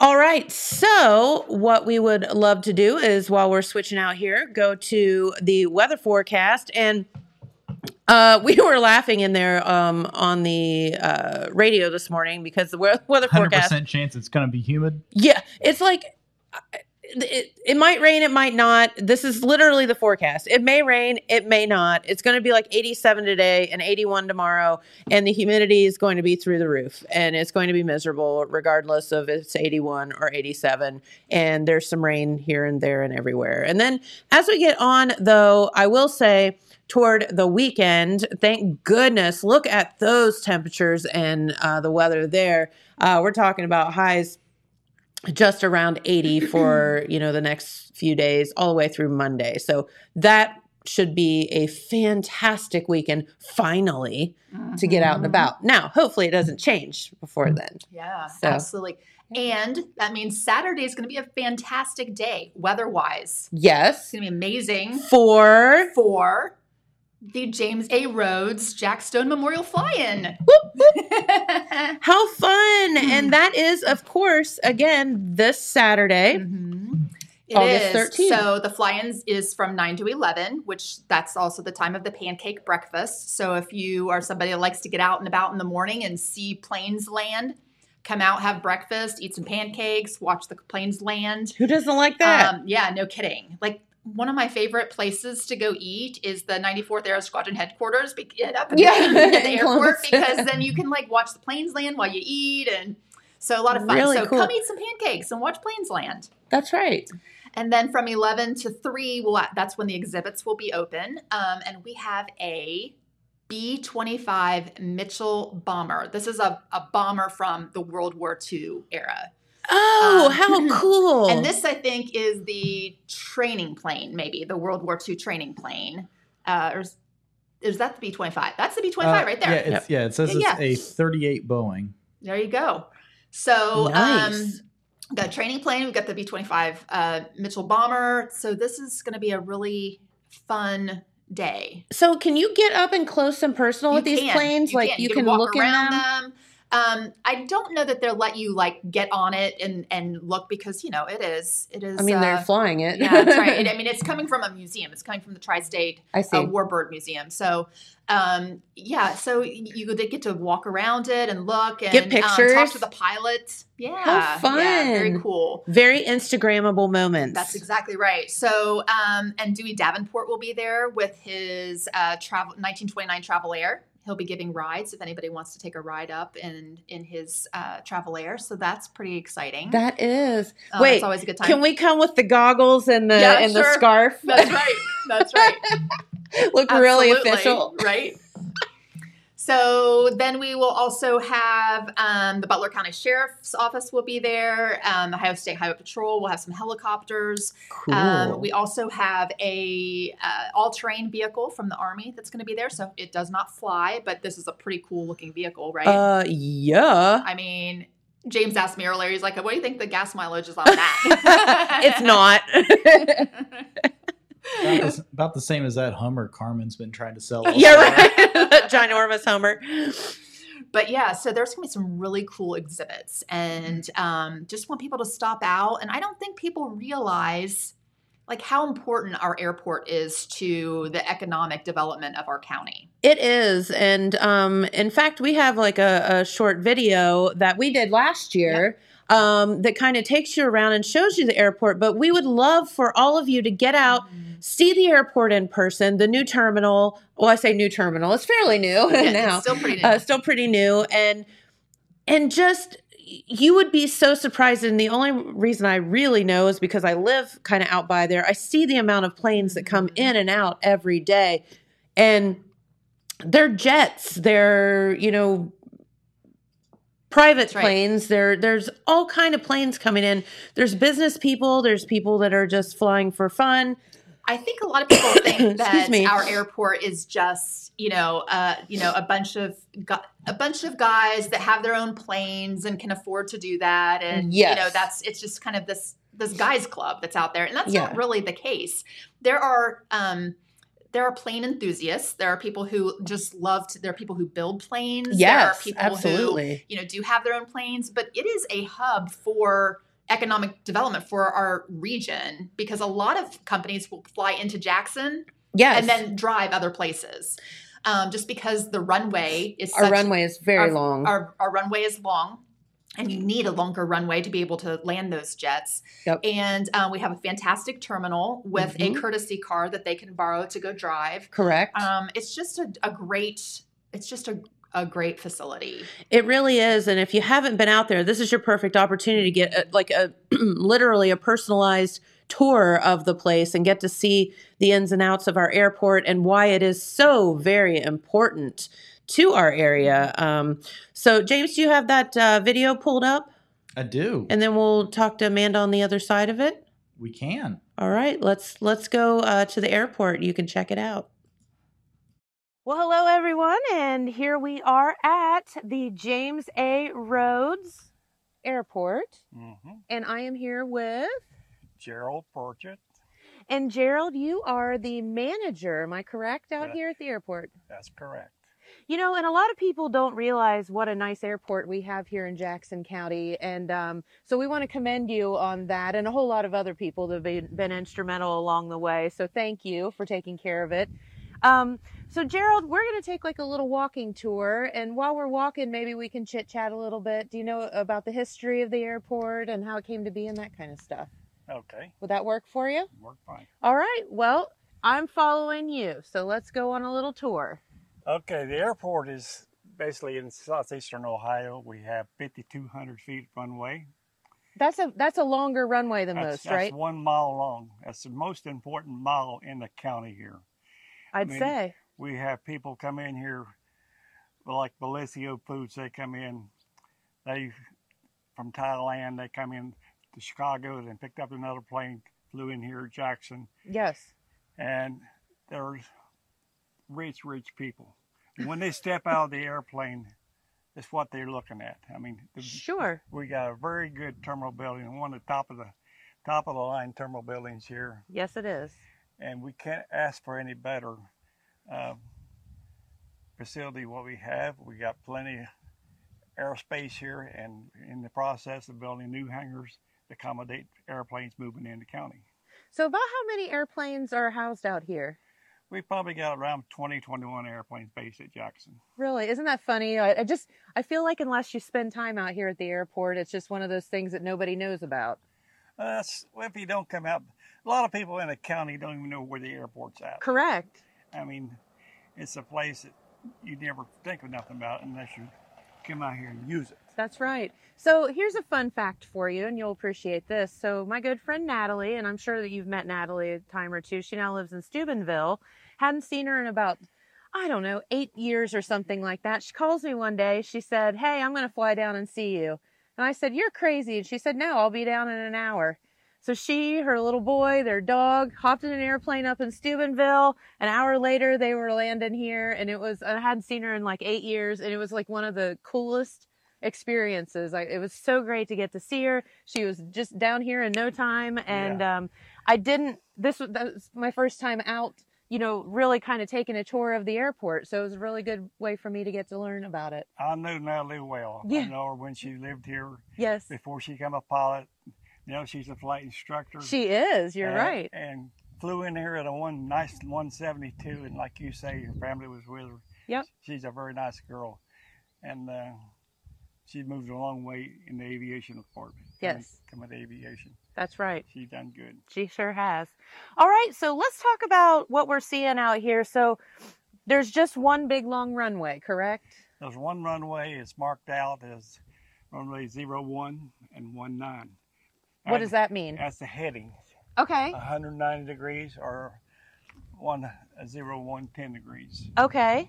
[SPEAKER 2] All right. So, what we would love to do is while we're switching out here, go to the weather forecast. And uh, we were laughing in there um, on the uh, radio this morning because the we- weather
[SPEAKER 4] Hundred
[SPEAKER 2] forecast
[SPEAKER 4] percent chance it's going to be humid.
[SPEAKER 2] yeah, it's like I- it, it might rain, it might not. This is literally the forecast. It may rain, it may not. It's going to be like 87 today and 81 tomorrow, and the humidity is going to be through the roof, and it's going to be miserable regardless of if it's 81 or 87. And there's some rain here and there and everywhere. And then as we get on, though, I will say toward the weekend, thank goodness, look at those temperatures and uh, the weather there. Uh, we're talking about highs just around 80 for you know the next few days all the way through monday so that should be a fantastic weekend finally to get
[SPEAKER 5] Mm-hmm.
[SPEAKER 2] out and about now hopefully it doesn't change before then
[SPEAKER 5] Yeah,
[SPEAKER 2] So.
[SPEAKER 5] absolutely. And that means Saturday is going to be a fantastic day weather wise. It's
[SPEAKER 2] yes
[SPEAKER 5] going to be amazing
[SPEAKER 2] for
[SPEAKER 5] for the James A. Rhodes Jack Stone Memorial Fly In.
[SPEAKER 2] how fun
[SPEAKER 5] Mm-hmm.
[SPEAKER 2] and that is of course again this
[SPEAKER 5] Mm-hmm.
[SPEAKER 2] saturday August 13th.
[SPEAKER 5] So the fly-ins is from 9 to 11, which that's also the time of the pancake breakfast. So if you are somebody that likes to get out and about in the morning and see planes land, come out, have breakfast, eat some pancakes, watch the planes land.
[SPEAKER 2] who doesn't like that
[SPEAKER 5] Um, yeah, no kidding. Like one of my favorite places to go eat is the 94th Air Squadron headquarters be- yeah, up in
[SPEAKER 2] Yeah,
[SPEAKER 5] the, at the
[SPEAKER 2] in
[SPEAKER 5] airport
[SPEAKER 2] Columbus.
[SPEAKER 5] because then you can like watch the planes land while you eat and so a lot of fun.
[SPEAKER 2] Really
[SPEAKER 5] so
[SPEAKER 2] cool.
[SPEAKER 5] come eat some pancakes and watch planes land.
[SPEAKER 2] that's right
[SPEAKER 5] um, And then from 11 to 3, well, that's when the exhibits will be open. Um, and we have a B 25 Mitchell bomber. This is a, a bomber from the World War II era.
[SPEAKER 2] oh
[SPEAKER 5] Um,
[SPEAKER 2] how cool
[SPEAKER 5] And this, I think, is the training plane, maybe the World War II training plane. Uh, or is, is that the B 25? That's the B 25
[SPEAKER 4] Uh,
[SPEAKER 5] right there.
[SPEAKER 4] Yeah, it's, yeah. It says it's
[SPEAKER 5] Yeah.
[SPEAKER 4] a 38 Boeing.
[SPEAKER 5] There you go. So, um,
[SPEAKER 2] nice
[SPEAKER 5] we've got a training plane. We've got the B 25 uh, Mitchell bomber. So, this is going to be a really fun day.
[SPEAKER 2] so can you get up and close and personal
[SPEAKER 5] You
[SPEAKER 2] with these
[SPEAKER 5] can.
[SPEAKER 2] planes like you can,
[SPEAKER 5] walk
[SPEAKER 2] look in
[SPEAKER 5] around
[SPEAKER 2] them
[SPEAKER 5] Um, I don't know that they'll let you like get on it and and look because you know it is it is.
[SPEAKER 2] I mean, they're
[SPEAKER 5] uh,
[SPEAKER 2] flying it.
[SPEAKER 5] yeah, that's right. And, I mean, it's coming from a museum. It's coming from the Tri-State
[SPEAKER 2] I
[SPEAKER 5] uh,
[SPEAKER 2] see.
[SPEAKER 5] Warbird Museum. So, um, yeah, so y- you could get to walk around it and look and Um,
[SPEAKER 2] pictures.
[SPEAKER 5] talk to the pilot. Yeah,
[SPEAKER 2] fun.
[SPEAKER 5] Yeah, very cool.
[SPEAKER 2] Very Instagrammable moments.
[SPEAKER 5] That's exactly right. So, um, and Dewey Davenport will be there with his uh, travel 1929 Travel Air. He'll be giving rides if anybody wants to take a ride up in in his uh, Travel Air. So that's pretty exciting.
[SPEAKER 2] That is.
[SPEAKER 5] Uh,
[SPEAKER 2] Wait,
[SPEAKER 5] it's always a good time.
[SPEAKER 2] Can we come with the goggles and the
[SPEAKER 5] Yeah,
[SPEAKER 2] and the
[SPEAKER 5] sure.
[SPEAKER 2] scarf?
[SPEAKER 5] That's right. That's right.
[SPEAKER 2] Look really
[SPEAKER 5] Absolutely,
[SPEAKER 2] official.
[SPEAKER 5] right? So then we will also have um, the Butler County Sheriff's Office will be there. Um, Ohio State Highway Patrol will have some helicopters.
[SPEAKER 2] Cool.
[SPEAKER 5] Um, we also have a uh, all-terrain vehicle from the Army that's going to be there. So it does not fly, but this is a pretty cool looking vehicle, right?
[SPEAKER 2] uh yeah.
[SPEAKER 5] I mean, James asked me earlier. He's like, "What do you think the gas mileage is on that?"
[SPEAKER 2] it's not.
[SPEAKER 4] About the, s- about the same as that Hummer Carmen's been trying to sell. all
[SPEAKER 2] yeah,
[SPEAKER 4] summer.
[SPEAKER 2] right. Ginormous Homer.
[SPEAKER 5] But yeah, so there's gonna be some really cool exhibits, and um, just want people to stop out. And I don't think people realize like how important our airport is to the economic development of our county.
[SPEAKER 2] It is. And um, in fact, we have like a, a short video that we did last year um, that kind of takes you around and shows you the airport. But we would love for all of you to get out, see the airport in person, the new terminal. Well, I say new terminal, it's fairly new
[SPEAKER 5] Yeah, it's
[SPEAKER 2] now,
[SPEAKER 5] still pretty.
[SPEAKER 2] uh, still pretty new. And, and just, you would be so surprised. And the only reason I really know is because I live kind of out by there. I see the amount of planes that come
[SPEAKER 5] Mhm.
[SPEAKER 2] in and out every day. And they're jets, they're, you know, private
[SPEAKER 5] That's right.
[SPEAKER 2] planes. There there's all kind of planes coming in. There's business people, there's people that are just flying for fun.
[SPEAKER 5] I think a lot of people
[SPEAKER 2] Excuse
[SPEAKER 5] think that
[SPEAKER 2] me.
[SPEAKER 5] our airport is just you know uh, you know a bunch of gu- a bunch of guys that have their own planes and can afford to do that, and you know
[SPEAKER 2] Yes.
[SPEAKER 5] that's it's just kind of this this guys club that's out there, and that's
[SPEAKER 2] Yeah.
[SPEAKER 5] not really the case. There are. Um, there are plane enthusiasts. There are people who just love to. There are people who build planes. there are
[SPEAKER 2] Yes,
[SPEAKER 5] people who
[SPEAKER 2] absolutely.
[SPEAKER 5] you know do have their own planes but it is a hub for economic development for our region because a lot of companies will fly into jackson
[SPEAKER 2] yes.
[SPEAKER 5] and then drive other places um, just because the runway is
[SPEAKER 2] our
[SPEAKER 5] such-
[SPEAKER 2] runway is very
[SPEAKER 5] our-
[SPEAKER 2] long.
[SPEAKER 5] our, our runway is long and you need a longer runway to be able to land those jets
[SPEAKER 2] Yep.
[SPEAKER 5] and uh, we have a fantastic terminal with
[SPEAKER 2] Mhm.
[SPEAKER 5] a courtesy car that they can borrow to go drive
[SPEAKER 2] Correct.
[SPEAKER 5] um, it's just a, a great it's just a, a great facility
[SPEAKER 2] It really is. And if you haven't been out there, this is your perfect opportunity to get a, like a literally a personalized tour of the place and get to see the ins and outs of our airport and why it is so very important to our area. Um, so, James, do you have that uh, video pulled up?
[SPEAKER 4] I do.
[SPEAKER 2] And then we'll talk to Amanda on the other side of it.
[SPEAKER 4] we can.
[SPEAKER 2] All right, let's let's go uh, to the airport. You can check it out. Well, hello everyone, and here we are at the James A. Rhodes Airport,
[SPEAKER 6] Mm-hmm.
[SPEAKER 2] and I am here with
[SPEAKER 6] Gerald Burgett.
[SPEAKER 2] and Gerald. You are the manager, am I correct, out
[SPEAKER 6] Yeah.
[SPEAKER 2] here at the airport?
[SPEAKER 6] That's correct.
[SPEAKER 2] You know, and a lot of people don't realize what a nice airport we have here in Jackson County. And um, so we want to commend you on that and a whole lot of other people that have been, been instrumental along the way. So thank you for taking care of it. Um, so, Gerald, we're going to take like a little walking tour. And while we're walking, maybe we can chit chat a little bit. Do you know about the history of the airport and how it came to be and that kind of stuff?
[SPEAKER 6] Okay,
[SPEAKER 2] Would that work for you?
[SPEAKER 6] work fine.
[SPEAKER 2] All right. Well, I'm following you. So let's go on a little tour.
[SPEAKER 6] Okay, the airport is basically in southeastern Ohio. We have 5,200 feet runway.
[SPEAKER 2] That's a that's a longer runway than
[SPEAKER 6] that's,
[SPEAKER 2] most,
[SPEAKER 6] that's
[SPEAKER 2] right?
[SPEAKER 6] one mile long. That's the most important mile in the county here.
[SPEAKER 2] I'd
[SPEAKER 6] mean-
[SPEAKER 2] say.
[SPEAKER 6] We have people come in here, like Belicio Foods, they come in. They, from Thailand, they come in to Chicago, then picked up another plane, flew in here, Jackson.
[SPEAKER 2] Yes.
[SPEAKER 6] and there's rich, rich people. When they step out of the airplane, it's what they're looking at. I mean, the-
[SPEAKER 2] Sure.
[SPEAKER 6] we got a very good terminal building, one of the top of the top of the line terminal buildings here,
[SPEAKER 2] Yes, it is.
[SPEAKER 6] and we can't ask for any better um, facility. What we have, we got plenty of airspace here, and in the process of building new hangars to accommodate airplanes moving in the county.
[SPEAKER 2] So, about how many airplanes are housed out here?
[SPEAKER 6] We probably got around 20, 21 airplanes based at Jackson.
[SPEAKER 2] Really, isn't that funny? I, I just I feel like unless you spend time out here at the airport, it's just one of those things that nobody knows about.
[SPEAKER 6] Uh, That's well, if you don't come out. A lot of people in the county don't even know where the airport's at.
[SPEAKER 2] Correct.
[SPEAKER 6] I mean, it's a place that you never think of nothing about unless you come out here and use it.
[SPEAKER 2] That's right. So here's a fun fact for you, and you'll appreciate this. So my good friend Natalie, and I'm sure that you've met Natalie a time or two. She now lives in Steubenville. Hadn't seen her in about I don't know eight years or something like that. She calls me one day. She said, "Hey, I'm going to fly down and see you." And I said, "You're crazy." And she said, "No, I'll be down in an hour." So she, her little boy, their dog hopped in an airplane up in Steubenville. An hour later, they were landing here, and it was I hadn't seen her in like eight years, and it was like one of the coolest experiences. Like it was so great to get to see her. She was just down here in no time, and um, I didn't. This was, that was my first time out you know, really kind of taking a tour of the airport. So it was a really good way for me to get to learn about it.
[SPEAKER 6] I know Natalie well.
[SPEAKER 2] Yeah.
[SPEAKER 6] I know her when she lived here
[SPEAKER 2] Yes,
[SPEAKER 6] before she became a pilot. Now she's a flight instructor.
[SPEAKER 2] she is. You're
[SPEAKER 6] and-
[SPEAKER 2] right.
[SPEAKER 6] And flew in here at a one nice 172, and like you say, her family was with her.
[SPEAKER 2] Yep.
[SPEAKER 6] She's a very nice girl, and uh, she moved a long way in the aviation department.
[SPEAKER 2] Yes.
[SPEAKER 6] coming to aviation,
[SPEAKER 2] That's right.
[SPEAKER 6] she done good.
[SPEAKER 2] She sure has. All right, so let's talk about what we're seeing out here. So there's just one big long runway, correct?
[SPEAKER 6] There's one runway. It's marked out as runway 01 and 19.
[SPEAKER 2] What does that mean?
[SPEAKER 6] That's the heading.
[SPEAKER 2] Okay.
[SPEAKER 6] 190 degrees or one zero one ten degrees.
[SPEAKER 2] Okay.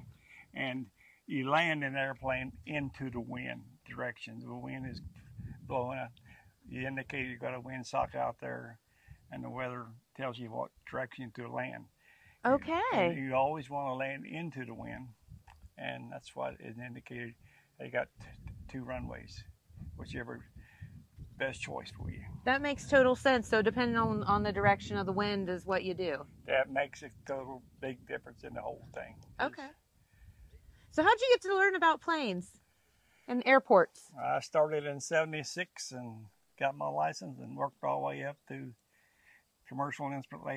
[SPEAKER 6] and you land an airplane into the wind direction. The wind is blowing out. You indicate you've got a windsock out there, and the weather tells you what direction to land. And
[SPEAKER 2] Okay.
[SPEAKER 6] you always want to land into the wind, and that's what is indicated. They got t- two runways, whichever best choice for you.
[SPEAKER 2] That makes total sense. So depending on on the direction of the wind is what you do.
[SPEAKER 6] That makes a total big difference in the whole thing.
[SPEAKER 2] Okay. So how'd you get to learn about planes and airports?
[SPEAKER 6] I started in 76 and got my license and worked all the way up to commercial instrument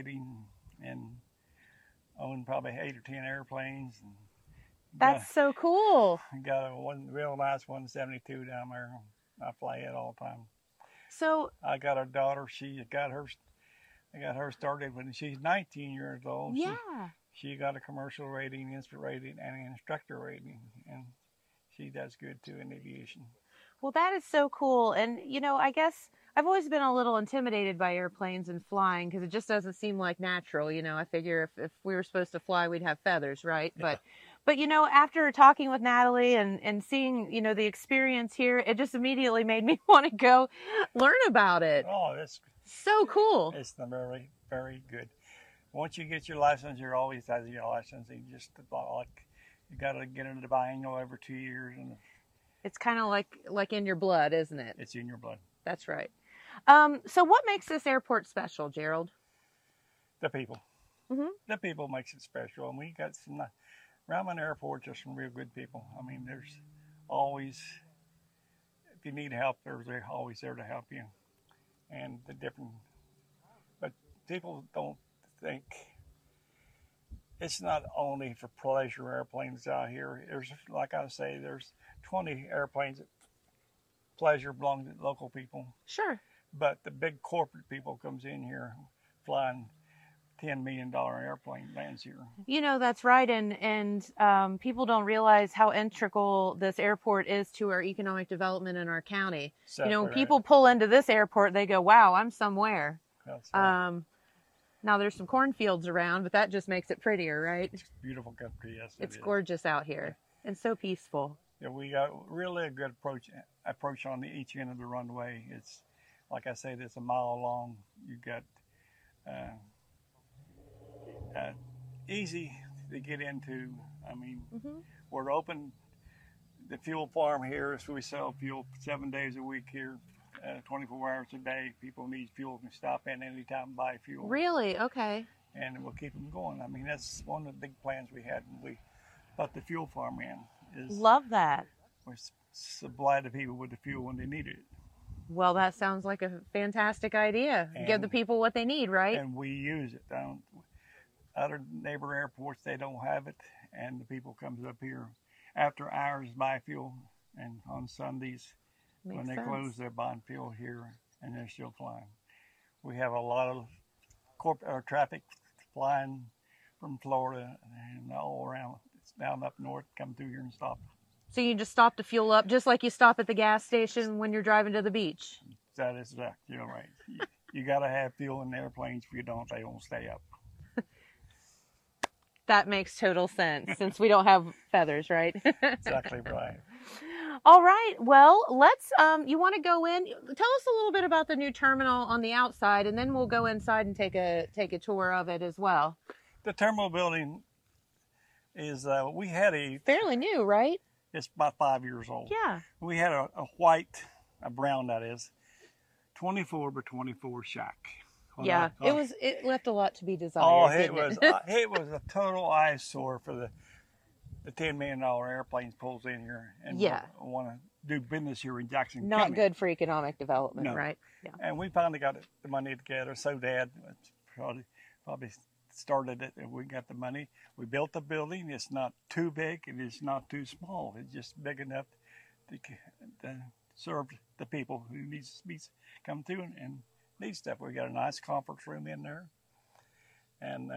[SPEAKER 6] and owned probably eight or 10 airplanes. And
[SPEAKER 2] That's so cool.
[SPEAKER 6] got, got a one real nice 172 down there. I fly it all the time.
[SPEAKER 2] So
[SPEAKER 6] I got a daughter. She got her. I got her started when she's 19 years old. Oh, She-
[SPEAKER 2] yeah.
[SPEAKER 6] She, got a commercial rating, instrument rating, and an instructor rating, and she does good too in aviation.
[SPEAKER 2] Well, that is so cool. And, you know, I guess I've always been a little intimidated by airplanes and flying because it just doesn't seem like natural. You know, I figure if, if we were supposed to fly, we'd have feathers, right? But, but, you know, after talking with Natalie and, and seeing, you know, the experience here, it just immediately made me want to go learn about it.
[SPEAKER 6] Oh, that's
[SPEAKER 2] So cool.
[SPEAKER 6] It's the very, very good. Once you get your license, you're always has your license. You just about like you got to get it biannual every two years, and
[SPEAKER 2] It's kind of like, like in your blood, isn't it?
[SPEAKER 6] it's in your blood.
[SPEAKER 2] That's right. Um, so what makes this airport special, Gerald?
[SPEAKER 6] The people,
[SPEAKER 2] Mhm.
[SPEAKER 6] the people makes it special, and we got some ni- Raman Airport. There's some real good people. I mean, there's always if you need help, they're, they're always there to help you, and the different. But people don't think it's not only for pleasure airplanes out here. There's, like I say, there's 20 airplanes. that Pleasure belong to local people,
[SPEAKER 2] Sure.
[SPEAKER 6] but the big corporate people comes in here flying 10 million dollar airplane lands here.
[SPEAKER 2] You know that's right, and and um, people don't realize how integral this airport is to our economic development in our county. you know, when
[SPEAKER 6] Separate.
[SPEAKER 2] people pull into this airport, they go, "Wow, I'm somewhere."
[SPEAKER 6] That's right.
[SPEAKER 2] Um, now there's some cornfields around, but that just makes it prettier, right?
[SPEAKER 6] beautiful country. Yes, it
[SPEAKER 2] It's
[SPEAKER 6] is.
[SPEAKER 2] gorgeous out here and so peaceful.
[SPEAKER 6] Yeah, we got really a good approach approach on the each end of the runway. It's like I said, it's a mile long. You got uh, uh, easy to get into. I mean,
[SPEAKER 2] Mhm.
[SPEAKER 6] we're open. The fuel farm here is we sell fuel seven days a week here, uh, 24 hours a day. People need fuel can stop in anytime and buy fuel
[SPEAKER 2] Really? Okay.
[SPEAKER 6] and we'll keep them going. I mean, that's one of the big plans we had when we bought the fuel farm in. Is
[SPEAKER 2] Love that.
[SPEAKER 6] we s- supply the people with the fuel when they need it,
[SPEAKER 2] Well, that sounds like a fantastic idea. Give the
[SPEAKER 6] And-
[SPEAKER 2] people what they need, right?
[SPEAKER 6] and we use it. I don't, other neighbor airports they don't have it, and the people comes up here after hours buy fuel, and on Sundays when
[SPEAKER 2] Makes
[SPEAKER 6] they
[SPEAKER 2] sense.
[SPEAKER 6] close they're buying fuel here, and they're still flying. We have a lot of corp or traffic flying from Florida and all around down up north, come through here and stop.
[SPEAKER 2] So you just stop to fuel up, just like you stop at the gas station when you're driving to the beach.
[SPEAKER 6] That is exactly right. You, you got to have fuel in the airplanes. If you don't, they won't stay up.
[SPEAKER 2] That makes total sense since we don't have feathers, right?
[SPEAKER 6] Exactly right.
[SPEAKER 2] All right. Well, let's um you want to go in? Tell us a little bit about the new terminal on the outside and then we'll go inside and take a take a tour of it as well.
[SPEAKER 6] The terminal building is, uh, we had a,
[SPEAKER 2] Fairly new, right?
[SPEAKER 6] it's about five years old.
[SPEAKER 2] Yeah.
[SPEAKER 6] We had a, a white, a brown that is, 24 by 24 shack, when I
[SPEAKER 2] yeah, it
[SPEAKER 6] come.
[SPEAKER 2] was. It left a lot to be desired.
[SPEAKER 6] Oh, it
[SPEAKER 2] didn't
[SPEAKER 6] was uh, it was a total eyesore for the the ten million dollar airplanes pulls in here and
[SPEAKER 2] Yeah.
[SPEAKER 6] want to do business here in Jackson
[SPEAKER 2] not
[SPEAKER 6] County.
[SPEAKER 2] good for economic development,
[SPEAKER 6] No.
[SPEAKER 2] right? Yeah.
[SPEAKER 6] And we finally got the money together. So Dad probably probably started it. And we got the money. We built the building. It's not too big and it's not too small. It's just big enough to, c- to serve the people who needs to be come through and, and need stuff. We got a nice conference room in there, and. Uh,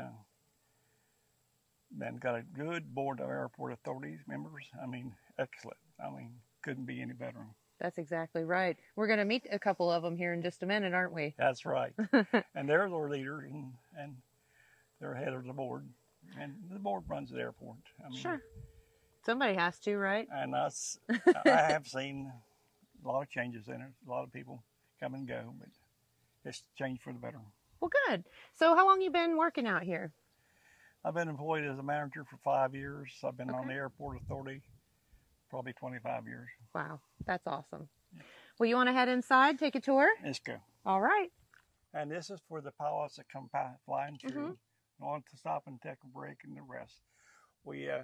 [SPEAKER 6] then got a good board of airport authorities members. I mean, excellent. I mean, couldn't be any better.
[SPEAKER 2] That's exactly right. We're going to meet a couple of them here in just a minute, aren't we?
[SPEAKER 6] That's right. and they're the leader and, and they're head of the board. And the board runs the airport. I mean,
[SPEAKER 2] Sure. Somebody has to, right?
[SPEAKER 6] And I, s- I have seen a lot of changes in it. A lot of people come and go, but it's changed for the better.
[SPEAKER 2] Well, good. So, how long you been working out here?
[SPEAKER 6] I've been employed as a manager for five years. I've been on
[SPEAKER 2] Okay.
[SPEAKER 6] the airport authority probably 25 years.
[SPEAKER 2] Wow, that's awesome. Well, you want to head inside, take a tour?
[SPEAKER 6] Let's go.
[SPEAKER 2] All right.
[SPEAKER 6] And this is for the pilots that come pa- flying through.
[SPEAKER 2] Mm-hmm.
[SPEAKER 6] Want to stop and take a break and the rest. We uh,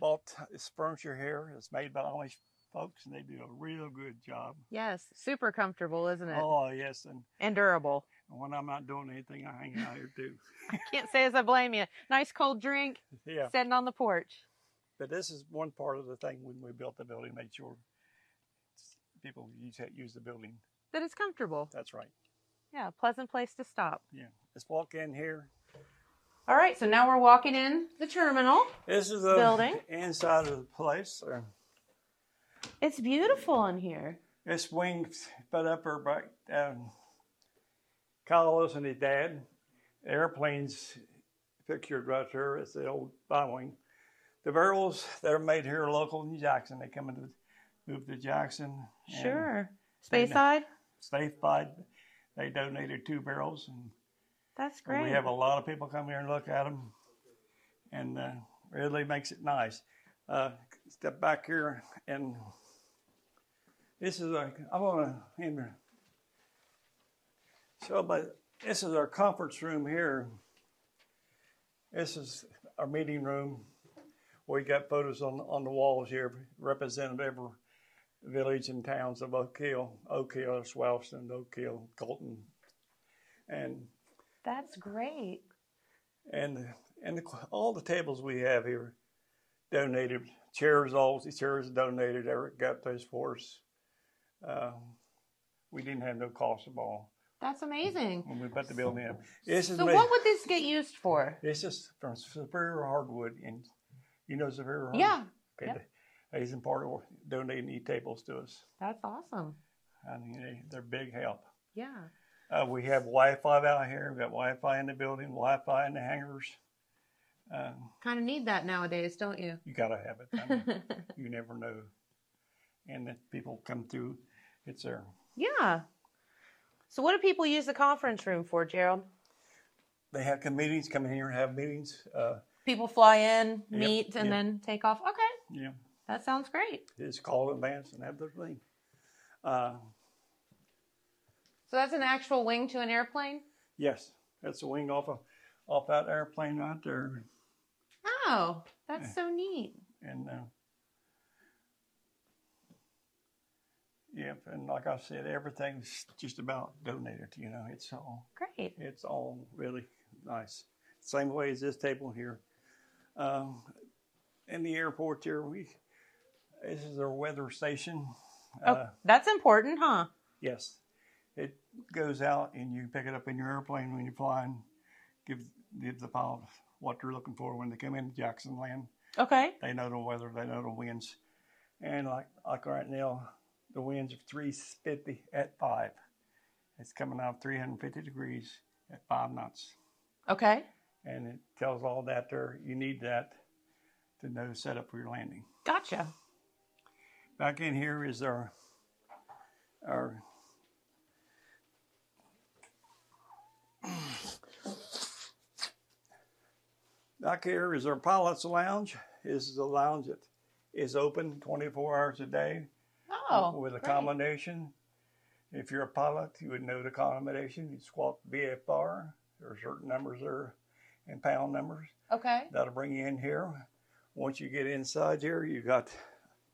[SPEAKER 6] bought this furniture here. It's made by Amish folks, and they do a real good job.
[SPEAKER 2] Yes, super comfortable, isn't it?
[SPEAKER 6] Oh yes, and
[SPEAKER 2] And durable.
[SPEAKER 6] when I'm not doing anything, I hang out here too.
[SPEAKER 2] Can't say as I blame you. Nice cold drink,
[SPEAKER 6] yeah,
[SPEAKER 2] sitting on the porch.
[SPEAKER 6] but this is one part of the thing when we built the building, made sure people use use the building.
[SPEAKER 2] That it's comfortable.
[SPEAKER 6] That's right.
[SPEAKER 2] Yeah, pleasant place to stop.
[SPEAKER 6] Yeah, let's walk in here.
[SPEAKER 2] All right, so now we're walking in the terminal.
[SPEAKER 6] This is the
[SPEAKER 2] Building.
[SPEAKER 6] inside of the place. Uh,
[SPEAKER 2] It's beautiful in here.
[SPEAKER 6] This wings put up her back. Um, Carlos and his dad. The airplanes pictured right there. It's the old Boeing. The barrels they're made here local in Jackson. They come into move to Jackson. and
[SPEAKER 2] Sure.
[SPEAKER 6] Space side?
[SPEAKER 2] Spayside?
[SPEAKER 6] Safe by. They donated two barrels, and
[SPEAKER 2] That's great.
[SPEAKER 6] we have a lot of people come here and look at them, and uh, really makes it nice. Uh, step back here, and this is a. I want to. So, but this is our conference room here. This is our meeting room. We got photos on on the walls here, representing every village and towns of Oak Hill, Oak Hill, Swelston, Oak Hill, Colton, and
[SPEAKER 2] That's great.
[SPEAKER 6] and and the, all the tables we have here donated chairs all the chairs donated Eric got those for us. Um, we didn't have no cost at all
[SPEAKER 2] That's amazing.
[SPEAKER 6] when we put the building up. This is
[SPEAKER 2] So,
[SPEAKER 6] made-
[SPEAKER 2] what would this get used for?
[SPEAKER 6] this is from Superior Hardwood and you know Superior Hardwood.
[SPEAKER 2] Yeah,
[SPEAKER 6] Okay. they- He's in part of donating these tables to us.
[SPEAKER 2] that's awesome.
[SPEAKER 6] I mean, they, they're big help.
[SPEAKER 2] Yeah.
[SPEAKER 6] Uh, we have Wi-Fi out here. We've got Wi-Fi in the building, Wi-Fi in the hangars. Um,
[SPEAKER 2] Kind of need that nowadays, don't you?
[SPEAKER 6] you gotta have it. I mean, you never know. And if people come through, it's there.
[SPEAKER 2] yeah. So, what do people use the conference room for, Gerald?
[SPEAKER 6] They have come meetings, come in here and have meetings. Uh,
[SPEAKER 2] People fly in,
[SPEAKER 6] Yep,
[SPEAKER 2] meet, and
[SPEAKER 6] yep.
[SPEAKER 2] then take off. Okay.
[SPEAKER 6] you know,
[SPEAKER 2] That sounds great.
[SPEAKER 6] just call in advance and have their thing. Uh,
[SPEAKER 2] So, that's an actual wing to an airplane?
[SPEAKER 6] yes, that's a wing off of, off that airplane right there.
[SPEAKER 2] Oh, that's so neat.
[SPEAKER 6] And, uh, yep. And like I said, everything's just about donated, you know, it's all.
[SPEAKER 2] Great.
[SPEAKER 6] It's all really nice. Same way as this table here. Um, in the airport here, we this is our weather station.
[SPEAKER 2] Oh,
[SPEAKER 6] Uh,
[SPEAKER 2] that's important, huh?
[SPEAKER 6] yes, it goes out and you pick it up in your airplane when you're flying. Give give the pilot what they're looking for when they come into Jackson Land.
[SPEAKER 2] Okay.
[SPEAKER 6] They know the weather. They know the winds. And like like right now, the winds are 350 at five. It's coming out 350 degrees at five knots
[SPEAKER 2] Okay.
[SPEAKER 6] and it tells all that there. You need that to know to set up for your landing.
[SPEAKER 2] Gotcha.
[SPEAKER 6] Back in here is our our back here is our pilot's lounge. This is a lounge that is open 24 hours a day
[SPEAKER 2] Oh,
[SPEAKER 6] with
[SPEAKER 2] great.
[SPEAKER 6] accommodation If you're a pilot, you would know the accommodation. You squawk BFR. There are certain numbers there and pound numbers.
[SPEAKER 5] Okay.
[SPEAKER 6] That'll bring you in here. Once you get inside here, you got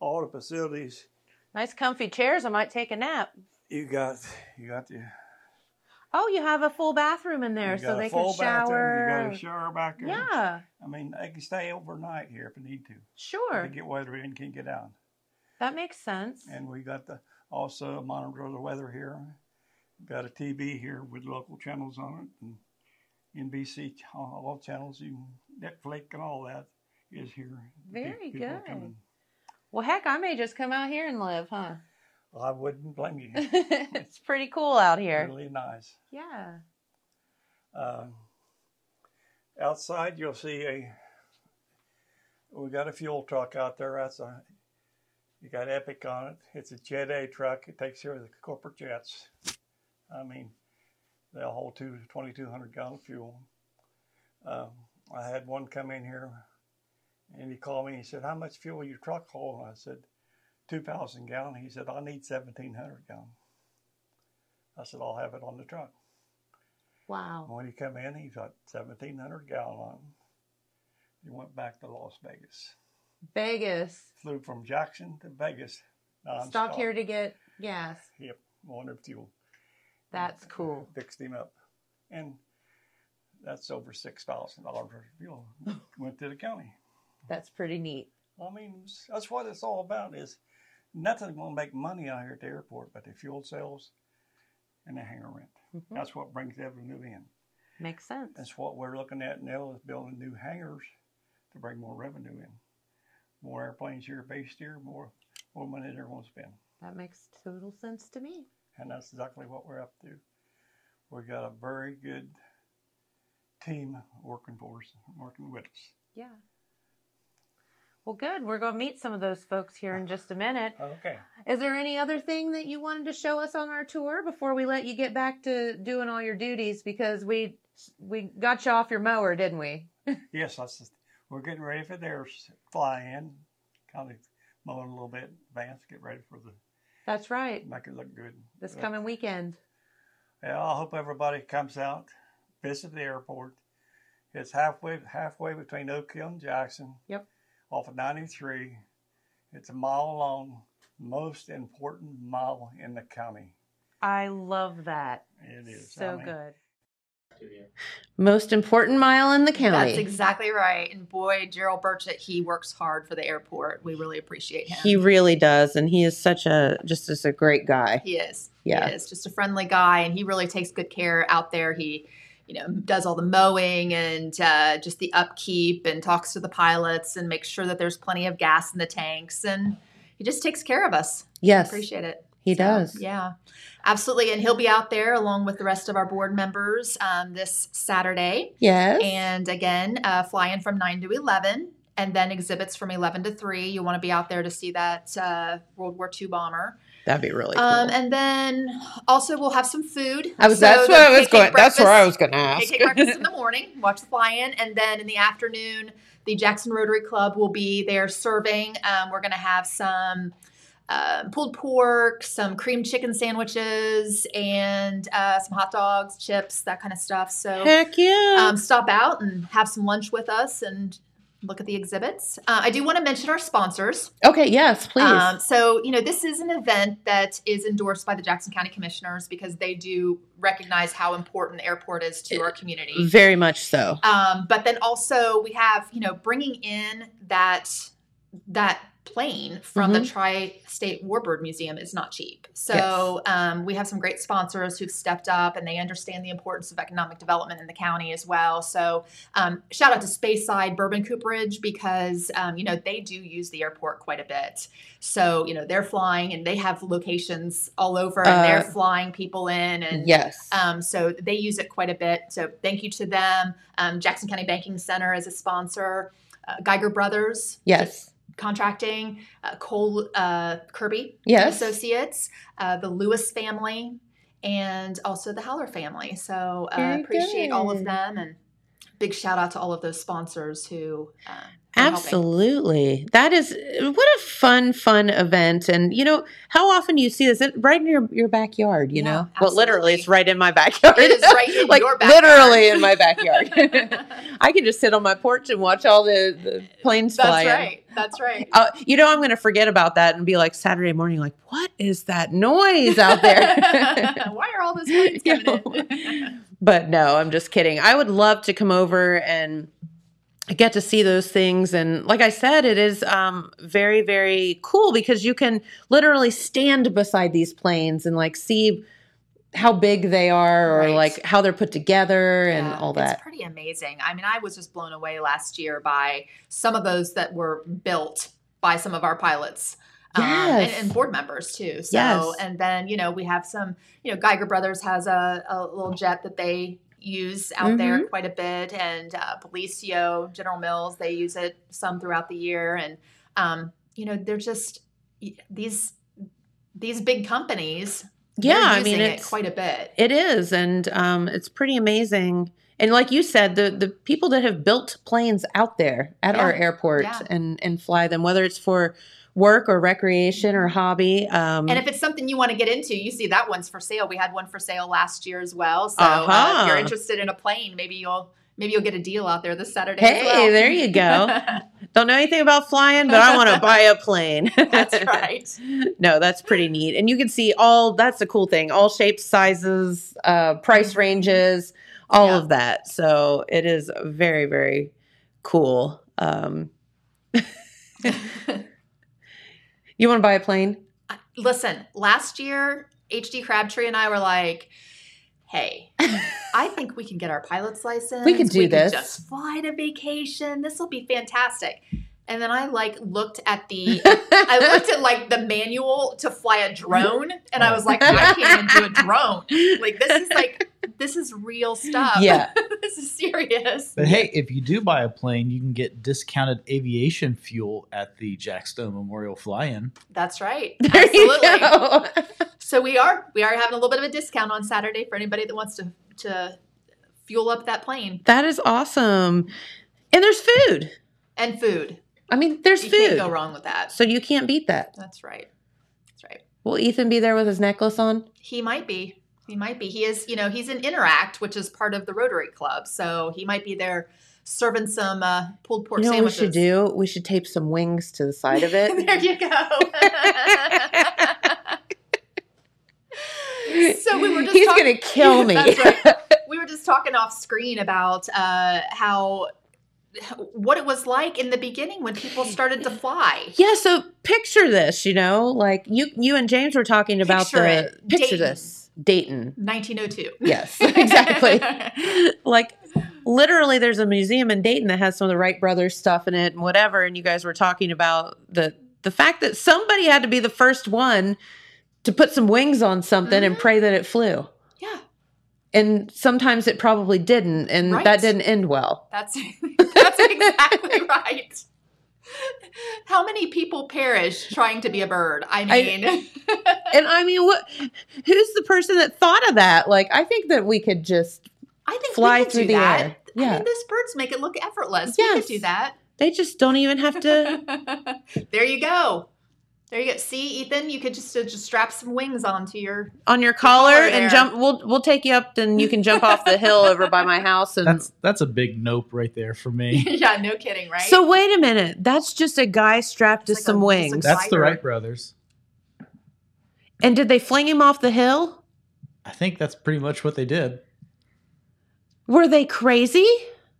[SPEAKER 6] all the facilities.
[SPEAKER 7] Nice comfy chairs. I might take a nap.
[SPEAKER 6] You got you got the
[SPEAKER 7] Oh, you have a full bathroom in there,
[SPEAKER 6] you
[SPEAKER 7] so
[SPEAKER 6] got a
[SPEAKER 7] they can
[SPEAKER 6] full Bathroom,
[SPEAKER 7] shower.
[SPEAKER 6] you got a shower back there.
[SPEAKER 7] yeah,
[SPEAKER 6] I mean, they can stay overnight here if they need to.
[SPEAKER 7] sure.
[SPEAKER 6] They get weather in, can get out.
[SPEAKER 7] That makes sense.
[SPEAKER 6] And we got the also a monitor of the weather here. Got a TV here with local channels on it and NBC ch- all channels, you Netflix and all that is here. Pe-
[SPEAKER 7] Very
[SPEAKER 6] people
[SPEAKER 7] good.
[SPEAKER 6] coming.
[SPEAKER 7] Well, heck, I may just come out here and live, huh?
[SPEAKER 6] I wouldn't blame you.
[SPEAKER 7] it's pretty cool out here.
[SPEAKER 6] really nice.
[SPEAKER 7] Yeah.
[SPEAKER 6] Uh, outside, you'll see a. We got a fuel truck out there. That's a. You got Epic on it. It's a Jet A truck. It takes care of the corporate jets. I mean, they'll hold two, 2,200 gallon of fuel. Um, I had one come in here, and he called me. He said, "How much fuel your truck hold?" I said, 2,000 gallon." He said, "I need 1,700 gallon." I said, "I'll have it on the truck."
[SPEAKER 7] Wow.
[SPEAKER 6] When he come in, he got seventeen hundred gallon on. him. He went back to Las Vegas.
[SPEAKER 7] Vegas.
[SPEAKER 6] Flew from Jackson to Vegas. nonstop.
[SPEAKER 7] Stopped here to get gas.
[SPEAKER 6] Yep, wanted fuel.
[SPEAKER 7] That's cool.
[SPEAKER 6] Fixed him up, and that's over six thousand dollars worth of fuel. went to the county.
[SPEAKER 7] That's pretty neat.
[SPEAKER 6] I mean, that's what it's all about. Is nothing gonna make money out here at the airport, but the fuel sales and the hangar rent.
[SPEAKER 7] Mhm.
[SPEAKER 6] That's what brings revenue in.
[SPEAKER 7] Makes sense.
[SPEAKER 6] That's what we're looking at now is building new hangars to bring more revenue in. More airplanes here based here, more more money they're gonna spend.
[SPEAKER 7] That makes total sense to me.
[SPEAKER 6] And that's exactly what we're up to. We've got a very good team working for us, working with us.
[SPEAKER 7] Yeah. Well, good. We're going to meet some of those folks here in just a minute.
[SPEAKER 6] Okay.
[SPEAKER 7] Is there any other thing that you wanted to show us on our tour before we let you get back to doing all your duties? Because we we got you off your mower, didn't we?
[SPEAKER 6] Yes, that's the, we're getting ready for their s- fly in, kind of mowing a little bit in advance, get ready for the
[SPEAKER 7] That's right.
[SPEAKER 6] make it look good.
[SPEAKER 7] This
[SPEAKER 6] But-
[SPEAKER 7] coming weekend.
[SPEAKER 6] Yeah, I hope everybody comes out, visit the airport. It's halfway halfway between Oak Hill and Jackson.
[SPEAKER 7] Yep.
[SPEAKER 6] Off of 93. It's a mile long, most important mile in the county.
[SPEAKER 7] I love that.
[SPEAKER 6] It is. I
[SPEAKER 7] so
[SPEAKER 6] mean,
[SPEAKER 7] good.
[SPEAKER 2] Most important mile in the county.
[SPEAKER 5] That's exactly right. And boy, Gerald Burchett, he works hard for the airport. We really appreciate him.
[SPEAKER 2] He really does, and he is such a just as a great guy.
[SPEAKER 5] He is.
[SPEAKER 2] Yeah.
[SPEAKER 5] He is just a friendly guy and he really takes good care out there. He, you know, does all the mowing and uh, just the upkeep and talks to the pilots and makes sure that there's plenty of gas in the tanks. And he just takes care of us.
[SPEAKER 2] Yes,
[SPEAKER 5] Appreciate it.
[SPEAKER 2] he
[SPEAKER 5] So,
[SPEAKER 2] does.
[SPEAKER 5] Yeah, absolutely. And he'll be out there along with the rest of our board members um, this Saturday.
[SPEAKER 2] Yes,
[SPEAKER 5] And again, uh, fly in from 9 to 11 and then exhibits from 11 to 3. You want to be out there to see that uh, World War II bomber.
[SPEAKER 2] that'd be really cool.
[SPEAKER 5] Um, and then also we'll have some food.
[SPEAKER 2] I was.
[SPEAKER 5] So
[SPEAKER 2] that's
[SPEAKER 5] the
[SPEAKER 2] what I was
[SPEAKER 5] pancake
[SPEAKER 2] going. That's where I was
[SPEAKER 5] breakfast-
[SPEAKER 2] going to ask.
[SPEAKER 5] Pancake breakfast in the morning. Watch the fly-in, and then in the afternoon, the Jackson Rotary Club will be there serving. Um, we're going to have some uh, pulled pork, some cream chicken sandwiches, and uh, some hot dogs, chips, that kind of stuff. So
[SPEAKER 2] Heck yeah!
[SPEAKER 5] um, stop out and have some lunch with us and look at the exhibits. Uh, I do want to mention our sponsors.
[SPEAKER 2] okay, yes, please.
[SPEAKER 5] Um, so, you know, this is an event that is endorsed by the Jackson County Commissioners because they do recognize how important the airport is to our community.
[SPEAKER 2] Very much so.
[SPEAKER 5] Um, but then also we have, you know, bringing in that that plane from the Tri-State Warbird Museum is not cheap. So um, we have some great sponsors who've stepped up and they understand the importance of economic development in the county as well. So um, shout out to Speyside Bourbon Cooperage because um, you know they do use the airport quite a bit. So you know they're flying and they have locations all over and
[SPEAKER 2] Uh,
[SPEAKER 5] they're flying people in and
[SPEAKER 2] Yes.
[SPEAKER 5] um, so they use it quite a bit. So thank you to them. Um, Jackson County Banking Center is a sponsor. Uh, Geiger Brothers
[SPEAKER 2] yes.
[SPEAKER 5] Contracting, uh, Cole uh, Kirby
[SPEAKER 2] Yes.
[SPEAKER 5] Associates, uh, the Lewis family, and also the Howler family. So uh,
[SPEAKER 2] Very
[SPEAKER 5] appreciate all of
[SPEAKER 2] good.
[SPEAKER 5] them and big shout out to all of those sponsors who uh, helping.
[SPEAKER 2] Absolutely. That is uh, what a fun, fun event. And you know, how often do you see this It- right in your, your backyard, you
[SPEAKER 5] Yeah,
[SPEAKER 2] know? Well, literally it's
[SPEAKER 5] absolutely.
[SPEAKER 2] right in my backyard.
[SPEAKER 5] It is right in
[SPEAKER 2] like
[SPEAKER 5] your backyard.
[SPEAKER 2] literally in my backyard. I can just sit on my porch and watch all the, the planes
[SPEAKER 5] That's
[SPEAKER 2] fly in.
[SPEAKER 5] right. That's right.
[SPEAKER 2] Uh, you know, I'm going to forget about that and be like Saturday morning, like, what is that noise out there?
[SPEAKER 5] Why are all those planes
[SPEAKER 2] You
[SPEAKER 5] coming
[SPEAKER 2] know?
[SPEAKER 5] in?
[SPEAKER 2] but no, I'm just kidding. I would love to come over and get to see those things. And like I said, it is um, very, very cool because you can literally stand beside these planes and like see how big they are or
[SPEAKER 5] Right.
[SPEAKER 2] like how they're put together and
[SPEAKER 5] Yeah,
[SPEAKER 2] all that.
[SPEAKER 5] It's pretty amazing. I mean, I was just blown away last year by some of those that were built by some of our pilots. um, and,
[SPEAKER 2] Yes.
[SPEAKER 5] and board members too. So,
[SPEAKER 2] Yes.
[SPEAKER 5] and then you know we have some. You know, Geiger Brothers has a, a little jet that they use out there
[SPEAKER 2] Mm-hmm.
[SPEAKER 5] quite a bit, and uh, Belicio, General Mills, they use it some throughout the year. And um, you know, they're just these these big companies. they're
[SPEAKER 2] yeah, I
[SPEAKER 5] using
[SPEAKER 2] mean,
[SPEAKER 5] it
[SPEAKER 2] it's
[SPEAKER 5] quite a bit.
[SPEAKER 2] It is, and um, it's pretty amazing. And like you said, the the people that have built planes out there at our
[SPEAKER 5] Yeah,
[SPEAKER 2] airport
[SPEAKER 5] yeah.
[SPEAKER 2] and and fly them, whether it's for work or recreation or hobby. Um,
[SPEAKER 5] And if it's something you want to get into, you see that one's for sale. We had one for sale last year as well. So uh,
[SPEAKER 2] Uh-huh.
[SPEAKER 5] if you're interested in a plane, maybe you'll maybe you'll get a deal out there this Saturday. as
[SPEAKER 2] Hey,
[SPEAKER 5] well.
[SPEAKER 2] there you go. don't know anything about flying, but I want to buy a plane.
[SPEAKER 5] That's right.
[SPEAKER 2] no, that's pretty neat, and you can see all. That's the cool thing: all shapes, sizes, uh, price ranges, all
[SPEAKER 5] Mm-hmm. Yeah.
[SPEAKER 2] of that. So it is very, very cool. Um, you want to buy a plane?
[SPEAKER 5] Listen, last year HD Crabtree and I were like, "Hey, I think we can get our pilot's license.
[SPEAKER 2] could do this."
[SPEAKER 5] just fly to vacation. This will be fantastic." And then I like looked at the I looked at like the manual to fly a drone, and I was like, I can't even do a drone. Like this is like this is real stuff.
[SPEAKER 2] yeah.
[SPEAKER 5] this is serious.
[SPEAKER 4] But hey, if you do buy a plane, you can get discounted aviation fuel at the Jackstone Memorial Fly-In.
[SPEAKER 5] That's right.
[SPEAKER 2] There
[SPEAKER 5] Absolutely.
[SPEAKER 2] you go.
[SPEAKER 5] So we are we are having a little bit of a discount on Saturday for anybody that wants to to fuel up that plane
[SPEAKER 2] That is awesome. And there's food.
[SPEAKER 5] and food.
[SPEAKER 2] I mean, there's
[SPEAKER 5] you
[SPEAKER 2] food.
[SPEAKER 5] can't go wrong with that.
[SPEAKER 2] So you can't beat that.
[SPEAKER 5] That's right. That's right.
[SPEAKER 2] Will Ethan be there with his necklace on?
[SPEAKER 5] He might be. He might be. He is, you know, he's in Interact, which is part of the Rotary Club. So he might be there serving some uh, pulled pork
[SPEAKER 2] you know what we
[SPEAKER 5] sandwiches.
[SPEAKER 2] should do? We should tape some wings to the side of it.
[SPEAKER 5] there you go. so we were just
[SPEAKER 2] He's
[SPEAKER 5] talking-
[SPEAKER 2] gonna kill me.
[SPEAKER 5] That's right. We were just talking off screen about uh, how what it was like in the beginning when people started to fly.
[SPEAKER 2] yeah, so picture this, you know, like you you and James were talking about
[SPEAKER 5] Picture
[SPEAKER 2] the
[SPEAKER 5] it.
[SPEAKER 2] picture
[SPEAKER 5] Dayton.
[SPEAKER 2] this. Dayton.
[SPEAKER 5] 1902.
[SPEAKER 2] Yes, exactly. like literally there's a museum in Dayton that has some of the Wright brothers stuff in it and whatever and you guys were talking about the the fact that somebody had to be the first one to put some wings on something and
[SPEAKER 5] Mhm.
[SPEAKER 2] pray that it flew.
[SPEAKER 5] Yeah,
[SPEAKER 2] And sometimes it probably didn't and
[SPEAKER 5] Right.
[SPEAKER 2] that didn't end well.
[SPEAKER 5] that's that's exactly right. How many people perish trying to be a bird? I
[SPEAKER 2] I-
[SPEAKER 5] mean,
[SPEAKER 2] And I mean what who's the person that thought of that? Like I think that we could just
[SPEAKER 5] I think
[SPEAKER 2] Fly
[SPEAKER 5] we could
[SPEAKER 2] through
[SPEAKER 5] do
[SPEAKER 2] the
[SPEAKER 5] that.
[SPEAKER 2] air.
[SPEAKER 5] I
[SPEAKER 2] Yeah.
[SPEAKER 5] mean, those birds make it look effortless. We
[SPEAKER 2] Yes.
[SPEAKER 5] could do that.
[SPEAKER 2] they just don't even have to
[SPEAKER 5] there you go. There you go. See, Ethan, you could just uh, just strap some wings onto your.
[SPEAKER 2] on your collar
[SPEAKER 5] there.
[SPEAKER 2] and jump we'll we'll take you up and you can jump off the hill over by my house and
[SPEAKER 4] That's that's a big nope right there for me.
[SPEAKER 5] yeah, no kidding, right?
[SPEAKER 2] So wait a minute. That's just a guy strapped to
[SPEAKER 5] It's like
[SPEAKER 2] some
[SPEAKER 5] a- it's
[SPEAKER 2] wings.
[SPEAKER 5] like
[SPEAKER 4] That's the Wright brothers.
[SPEAKER 2] and did they fling him off the hill?
[SPEAKER 4] I think that's pretty much what they did.
[SPEAKER 2] Were they crazy?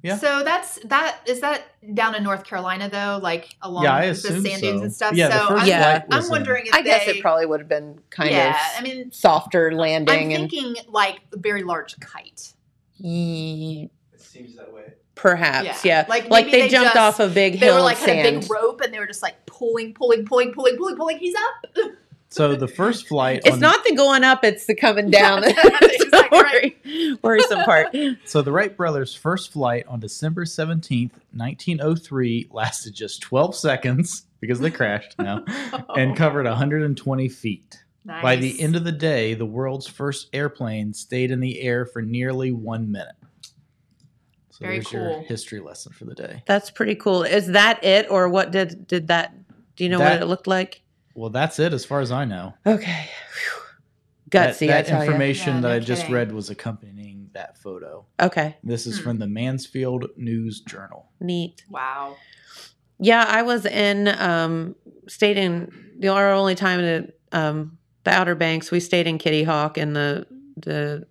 [SPEAKER 4] Yeah.
[SPEAKER 5] So that's that. Is that down in North Carolina though, like along
[SPEAKER 4] yeah, I
[SPEAKER 5] the
[SPEAKER 4] assume
[SPEAKER 5] sand dunes
[SPEAKER 4] so.
[SPEAKER 5] and stuff?
[SPEAKER 4] Yeah,
[SPEAKER 5] so
[SPEAKER 4] the first
[SPEAKER 5] I'm,
[SPEAKER 2] Yeah.
[SPEAKER 4] flight was
[SPEAKER 5] I'm
[SPEAKER 4] in-
[SPEAKER 5] wondering if
[SPEAKER 2] I guess
[SPEAKER 5] they-
[SPEAKER 2] it probably would have been kind
[SPEAKER 5] Yeah,
[SPEAKER 2] of
[SPEAKER 5] I mean,
[SPEAKER 2] softer
[SPEAKER 5] I'm
[SPEAKER 2] landing and
[SPEAKER 5] thinking like a very large kite.
[SPEAKER 2] ye-
[SPEAKER 3] It seems that way.
[SPEAKER 2] perhaps, yeah.
[SPEAKER 5] Like,
[SPEAKER 2] Like,
[SPEAKER 5] maybe
[SPEAKER 2] they,
[SPEAKER 5] they
[SPEAKER 2] jumped off
[SPEAKER 5] just-
[SPEAKER 2] a big
[SPEAKER 5] They
[SPEAKER 2] hill
[SPEAKER 5] were like
[SPEAKER 2] of
[SPEAKER 5] had a
[SPEAKER 2] sand.
[SPEAKER 5] big rope and they were just like pulling, pulling, pulling, pulling, pulling, pulling. He's up.
[SPEAKER 4] So the first flight
[SPEAKER 2] it's
[SPEAKER 4] on-
[SPEAKER 2] not the going up, it's the coming down.
[SPEAKER 5] Yeah, that's exactly right.
[SPEAKER 2] worry- worrisome part.
[SPEAKER 4] So the Wright brothers' first flight on December 17th, 1903 lasted just 12 seconds because they crashed now and covered 120 feet.
[SPEAKER 5] Nice.
[SPEAKER 4] By the end of the day, the world's first airplane stayed in the air for nearly one minute. So
[SPEAKER 5] Very
[SPEAKER 4] there's your
[SPEAKER 5] cool.
[SPEAKER 4] history lesson for the day.
[SPEAKER 2] That's pretty cool. Is that it, or what did did that? Do you know
[SPEAKER 4] That-
[SPEAKER 2] what it looked like?
[SPEAKER 4] Well, that's it as far as I know.
[SPEAKER 2] Okay, Phew.
[SPEAKER 4] That-
[SPEAKER 2] gutsy.
[SPEAKER 4] that
[SPEAKER 2] I tell you.
[SPEAKER 4] information
[SPEAKER 5] Yeah,
[SPEAKER 4] that
[SPEAKER 5] no
[SPEAKER 4] I just
[SPEAKER 5] kidding.
[SPEAKER 4] read was accompanying that photo.
[SPEAKER 2] Okay,
[SPEAKER 4] This is
[SPEAKER 5] Hmm.
[SPEAKER 4] from the Mansfield News Journal.
[SPEAKER 2] neat.
[SPEAKER 5] Wow.
[SPEAKER 2] Yeah, I was in um stayed in the our only time in um the Outer Banks. We stayed in Kitty Hawk, and the the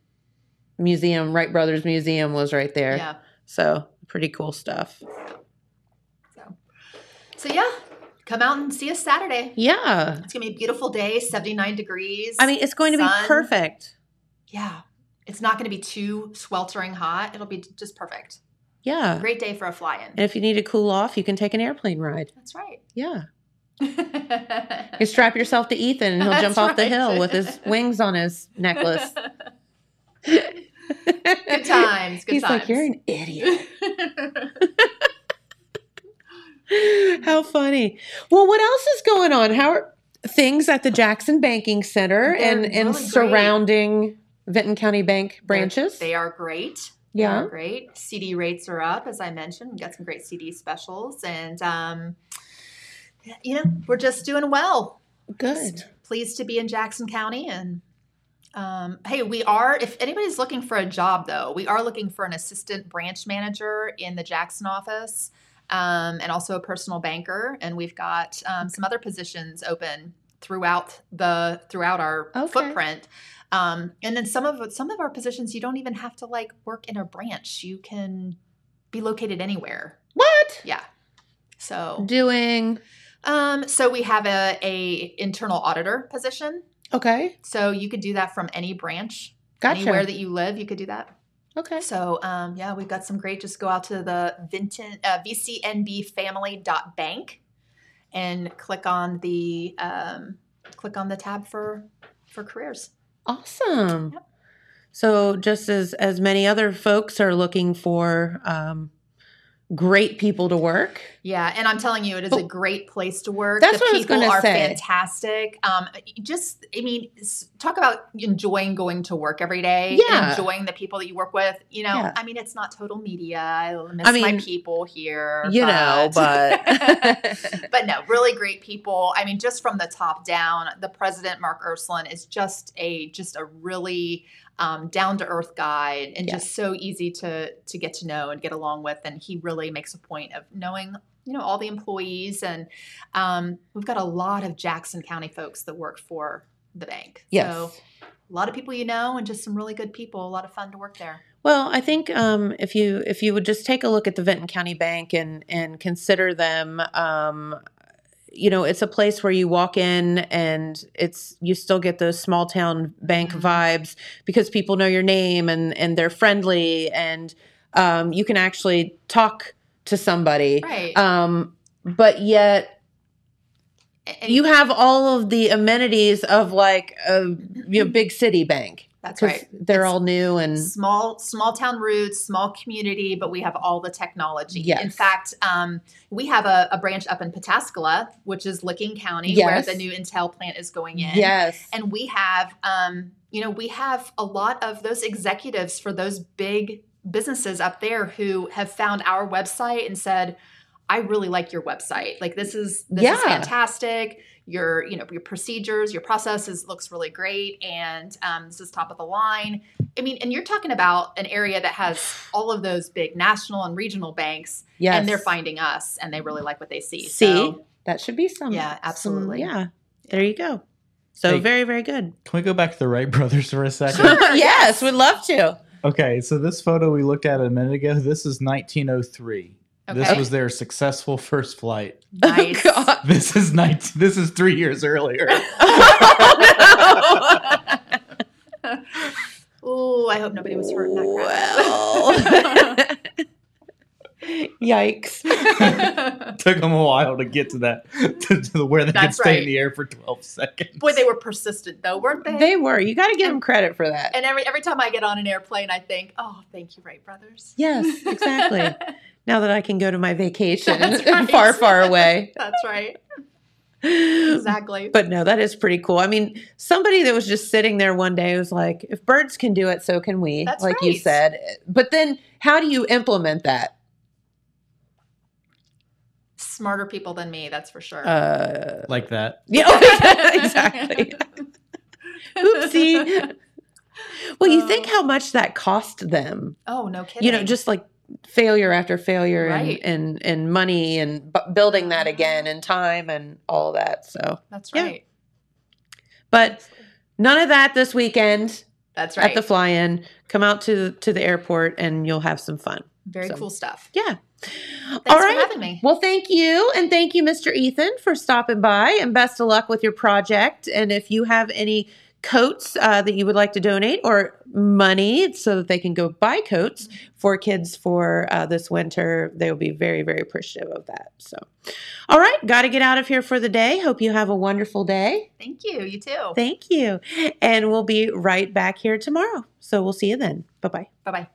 [SPEAKER 2] museum, Wright Brothers Museum, was right there.
[SPEAKER 5] Yeah.
[SPEAKER 2] So pretty cool stuff.
[SPEAKER 5] So yeah, come out and see us Saturday.
[SPEAKER 2] Yeah,
[SPEAKER 5] It's gonna be a beautiful day, 79 degrees.
[SPEAKER 2] I mean it's going to
[SPEAKER 5] Sun.
[SPEAKER 2] be perfect.
[SPEAKER 5] yeah. It's not gonna be too sweltering hot. It'll be just perfect.
[SPEAKER 2] Yeah,
[SPEAKER 5] Great day for a fly in.
[SPEAKER 2] and if you need to cool off, you can take an airplane ride.
[SPEAKER 5] That's right.
[SPEAKER 2] Yeah. You
[SPEAKER 5] It's
[SPEAKER 2] strap yourself to Ethan and he'll
[SPEAKER 5] That's
[SPEAKER 2] jump off the
[SPEAKER 5] right.
[SPEAKER 2] hill with his wings on his necklace.
[SPEAKER 5] Good times. Good
[SPEAKER 2] He's
[SPEAKER 5] times.
[SPEAKER 2] like, You're an idiot. How funny. Well, what else is going on? How are things at the Jackson Banking Center
[SPEAKER 5] They're
[SPEAKER 2] and, and
[SPEAKER 5] really great.
[SPEAKER 2] surrounding Benton County Bank branches?
[SPEAKER 5] They are great. They
[SPEAKER 2] yeah.
[SPEAKER 5] are great. CD rates are up, as I mentioned. We've got some great CD specials, and um, you know we're just doing well.
[SPEAKER 2] Good.
[SPEAKER 5] Just pleased to be in Jackson County, and um, hey, we are. If anybody's looking for a job, though, we are looking for an assistant branch manager in the Jackson office, um, and also a personal banker. And we've got um, some other positions open throughout the throughout our
[SPEAKER 2] Okay.
[SPEAKER 5] footprint. Um, and then some of some of our positions, you don't even have to like work in a branch. You can be located anywhere.
[SPEAKER 2] What?
[SPEAKER 5] Yeah. So,
[SPEAKER 2] Doing.
[SPEAKER 5] um, so we have a, a internal auditor position.
[SPEAKER 2] Okay.
[SPEAKER 5] So you could do that from any branch,
[SPEAKER 2] Gotcha.
[SPEAKER 5] anywhere that you live. You could do that.
[SPEAKER 2] okay.
[SPEAKER 5] So, um, yeah, we've got some great. Just go out to the Vinton, uh, VCNBFamily.bank and click on the um, click on the tab for for careers.
[SPEAKER 2] Awesome.
[SPEAKER 5] Yep.
[SPEAKER 2] So, just as as many other folks are looking for um, great people to work,
[SPEAKER 5] Yeah, and I'm telling you, it is a
[SPEAKER 2] But-
[SPEAKER 5] great place to work.
[SPEAKER 2] That's
[SPEAKER 5] the
[SPEAKER 2] what I was
[SPEAKER 5] people
[SPEAKER 2] gonna
[SPEAKER 5] are
[SPEAKER 2] say.
[SPEAKER 5] fantastic. Um, just, I mean, s- talk about enjoying going to work every day. and
[SPEAKER 2] Yeah.
[SPEAKER 5] enjoying the people that you work with. You know,
[SPEAKER 2] Yeah.
[SPEAKER 5] I mean, it's not total media. I miss
[SPEAKER 2] I
[SPEAKER 5] my
[SPEAKER 2] mean,
[SPEAKER 5] people here.
[SPEAKER 2] you know, but
[SPEAKER 5] but no, really great people. I mean, just from the top down, the president Mark Ursuline is just a just a really um, down to earth guy and, and just so easy to to get to know and get along with. And he really makes a point of knowing you know all the employees and um, we've got a lot of Jackson County folks that work for the bank.
[SPEAKER 2] yes.
[SPEAKER 5] So a lot of people you know and just some really good people. A lot of fun to work there.
[SPEAKER 2] Well, I think um, if you if you would just take a look at the Benton County Bank and and consider them, um, you know, it's a place where you walk in and it's you still get those small town bank
[SPEAKER 5] Mhm.
[SPEAKER 2] vibes because people know your name and and they're friendly and um, you can actually talk to somebody.
[SPEAKER 5] Right.
[SPEAKER 2] Um, but yet
[SPEAKER 5] And-
[SPEAKER 2] you have all of the amenities of like a you know, big city bank.
[SPEAKER 5] Mm-hmm. that's
[SPEAKER 2] 'cause
[SPEAKER 5] right.
[SPEAKER 2] They're
[SPEAKER 5] It's-
[SPEAKER 2] all new and
[SPEAKER 5] small small town roots small community but we have all the technology
[SPEAKER 2] Yes.
[SPEAKER 5] in fact um, we have a, a branch up in pataskala which is licking county
[SPEAKER 2] Yes.
[SPEAKER 5] where the new intel plant is going in
[SPEAKER 2] yes.
[SPEAKER 5] and we have um, you know we have a lot of those executives for those big businesses up there who have found our website and said i really like your website like this is this
[SPEAKER 2] Yeah.
[SPEAKER 5] is fantastic your you know your procedures your processes looks really great and um, this is top of the line i mean and you're talking about an area that has all of those big national and regional banks
[SPEAKER 2] Yes.
[SPEAKER 5] and they're finding us and they really like what they see
[SPEAKER 2] See? Oh,
[SPEAKER 5] so
[SPEAKER 2] That should be some.
[SPEAKER 5] Yeah,
[SPEAKER 2] some-
[SPEAKER 5] absolutely.
[SPEAKER 2] yeah. There you go. So
[SPEAKER 4] Hey.
[SPEAKER 2] very, very good.
[SPEAKER 4] Can we go back to the Wright brothers for a second?
[SPEAKER 2] yes, we'd love to.
[SPEAKER 4] Okay, so this photo we looked at a minute ago, this is 1903. This
[SPEAKER 5] Okay.
[SPEAKER 4] was their successful first flight.
[SPEAKER 5] nice
[SPEAKER 2] Oh, God.
[SPEAKER 4] This is 19, this is 3 years earlier.
[SPEAKER 5] Oh, I hope nobody was hurt in that crash.
[SPEAKER 2] Well. Yikes.
[SPEAKER 4] Took them a while to get to that to, to where they could
[SPEAKER 5] That's
[SPEAKER 4] stay
[SPEAKER 5] right.
[SPEAKER 4] in the air for 12 seconds.
[SPEAKER 5] Boy, they were persistent though, weren't they?
[SPEAKER 2] They were. You got to give them credit for that.
[SPEAKER 5] and every every time I get on an airplane, I think, oh, thank you, Wright Brothers.
[SPEAKER 2] Yes, exactly. Now that I can go to my vacation
[SPEAKER 5] That's
[SPEAKER 2] far,
[SPEAKER 5] right.
[SPEAKER 2] far away.
[SPEAKER 5] That's right. Exactly.
[SPEAKER 2] But no, that is pretty cool. I mean, somebody that was just sitting there one day was like, if birds can do it, so can we,
[SPEAKER 5] That's
[SPEAKER 2] like you
[SPEAKER 5] right.
[SPEAKER 2] said. But then how do you implement that?
[SPEAKER 5] Smarter people than me, that's for sure.
[SPEAKER 2] Uh, oh,
[SPEAKER 4] like that.
[SPEAKER 2] yeah, exactly. Oopsie. Well, you think
[SPEAKER 5] Oh.
[SPEAKER 2] how much that cost them,
[SPEAKER 5] Oh, no kidding.
[SPEAKER 2] you know, just like failure after failure
[SPEAKER 5] Right. Mm-hmm.
[SPEAKER 2] and, and, and money and bu- building that again and time and all that. So,
[SPEAKER 5] That's
[SPEAKER 2] yeah.
[SPEAKER 5] right.
[SPEAKER 2] but none of that this weekend.
[SPEAKER 5] That's right.
[SPEAKER 2] at the fly-in. Come out to to the airport, and you'll have some fun.
[SPEAKER 5] Very
[SPEAKER 2] so.
[SPEAKER 5] cool stuff.
[SPEAKER 2] Yeah.
[SPEAKER 5] Thanks
[SPEAKER 2] All
[SPEAKER 5] for
[SPEAKER 2] right.
[SPEAKER 5] having me.
[SPEAKER 2] Well, thank you, and thank you, Mr. Ethan, for stopping by, and best of luck with your project. And if you have any coats uh, that you would like to donate or money so that they can go buy coats for kids for uh, this winter, they will be very, very appreciative of that. So, all right, got to get out of here for the day. Hope you have a wonderful day.
[SPEAKER 5] Thank you. You too.
[SPEAKER 2] Thank you, and we'll be right back here tomorrow. So we'll see you then. Bye bye.
[SPEAKER 5] Bye bye.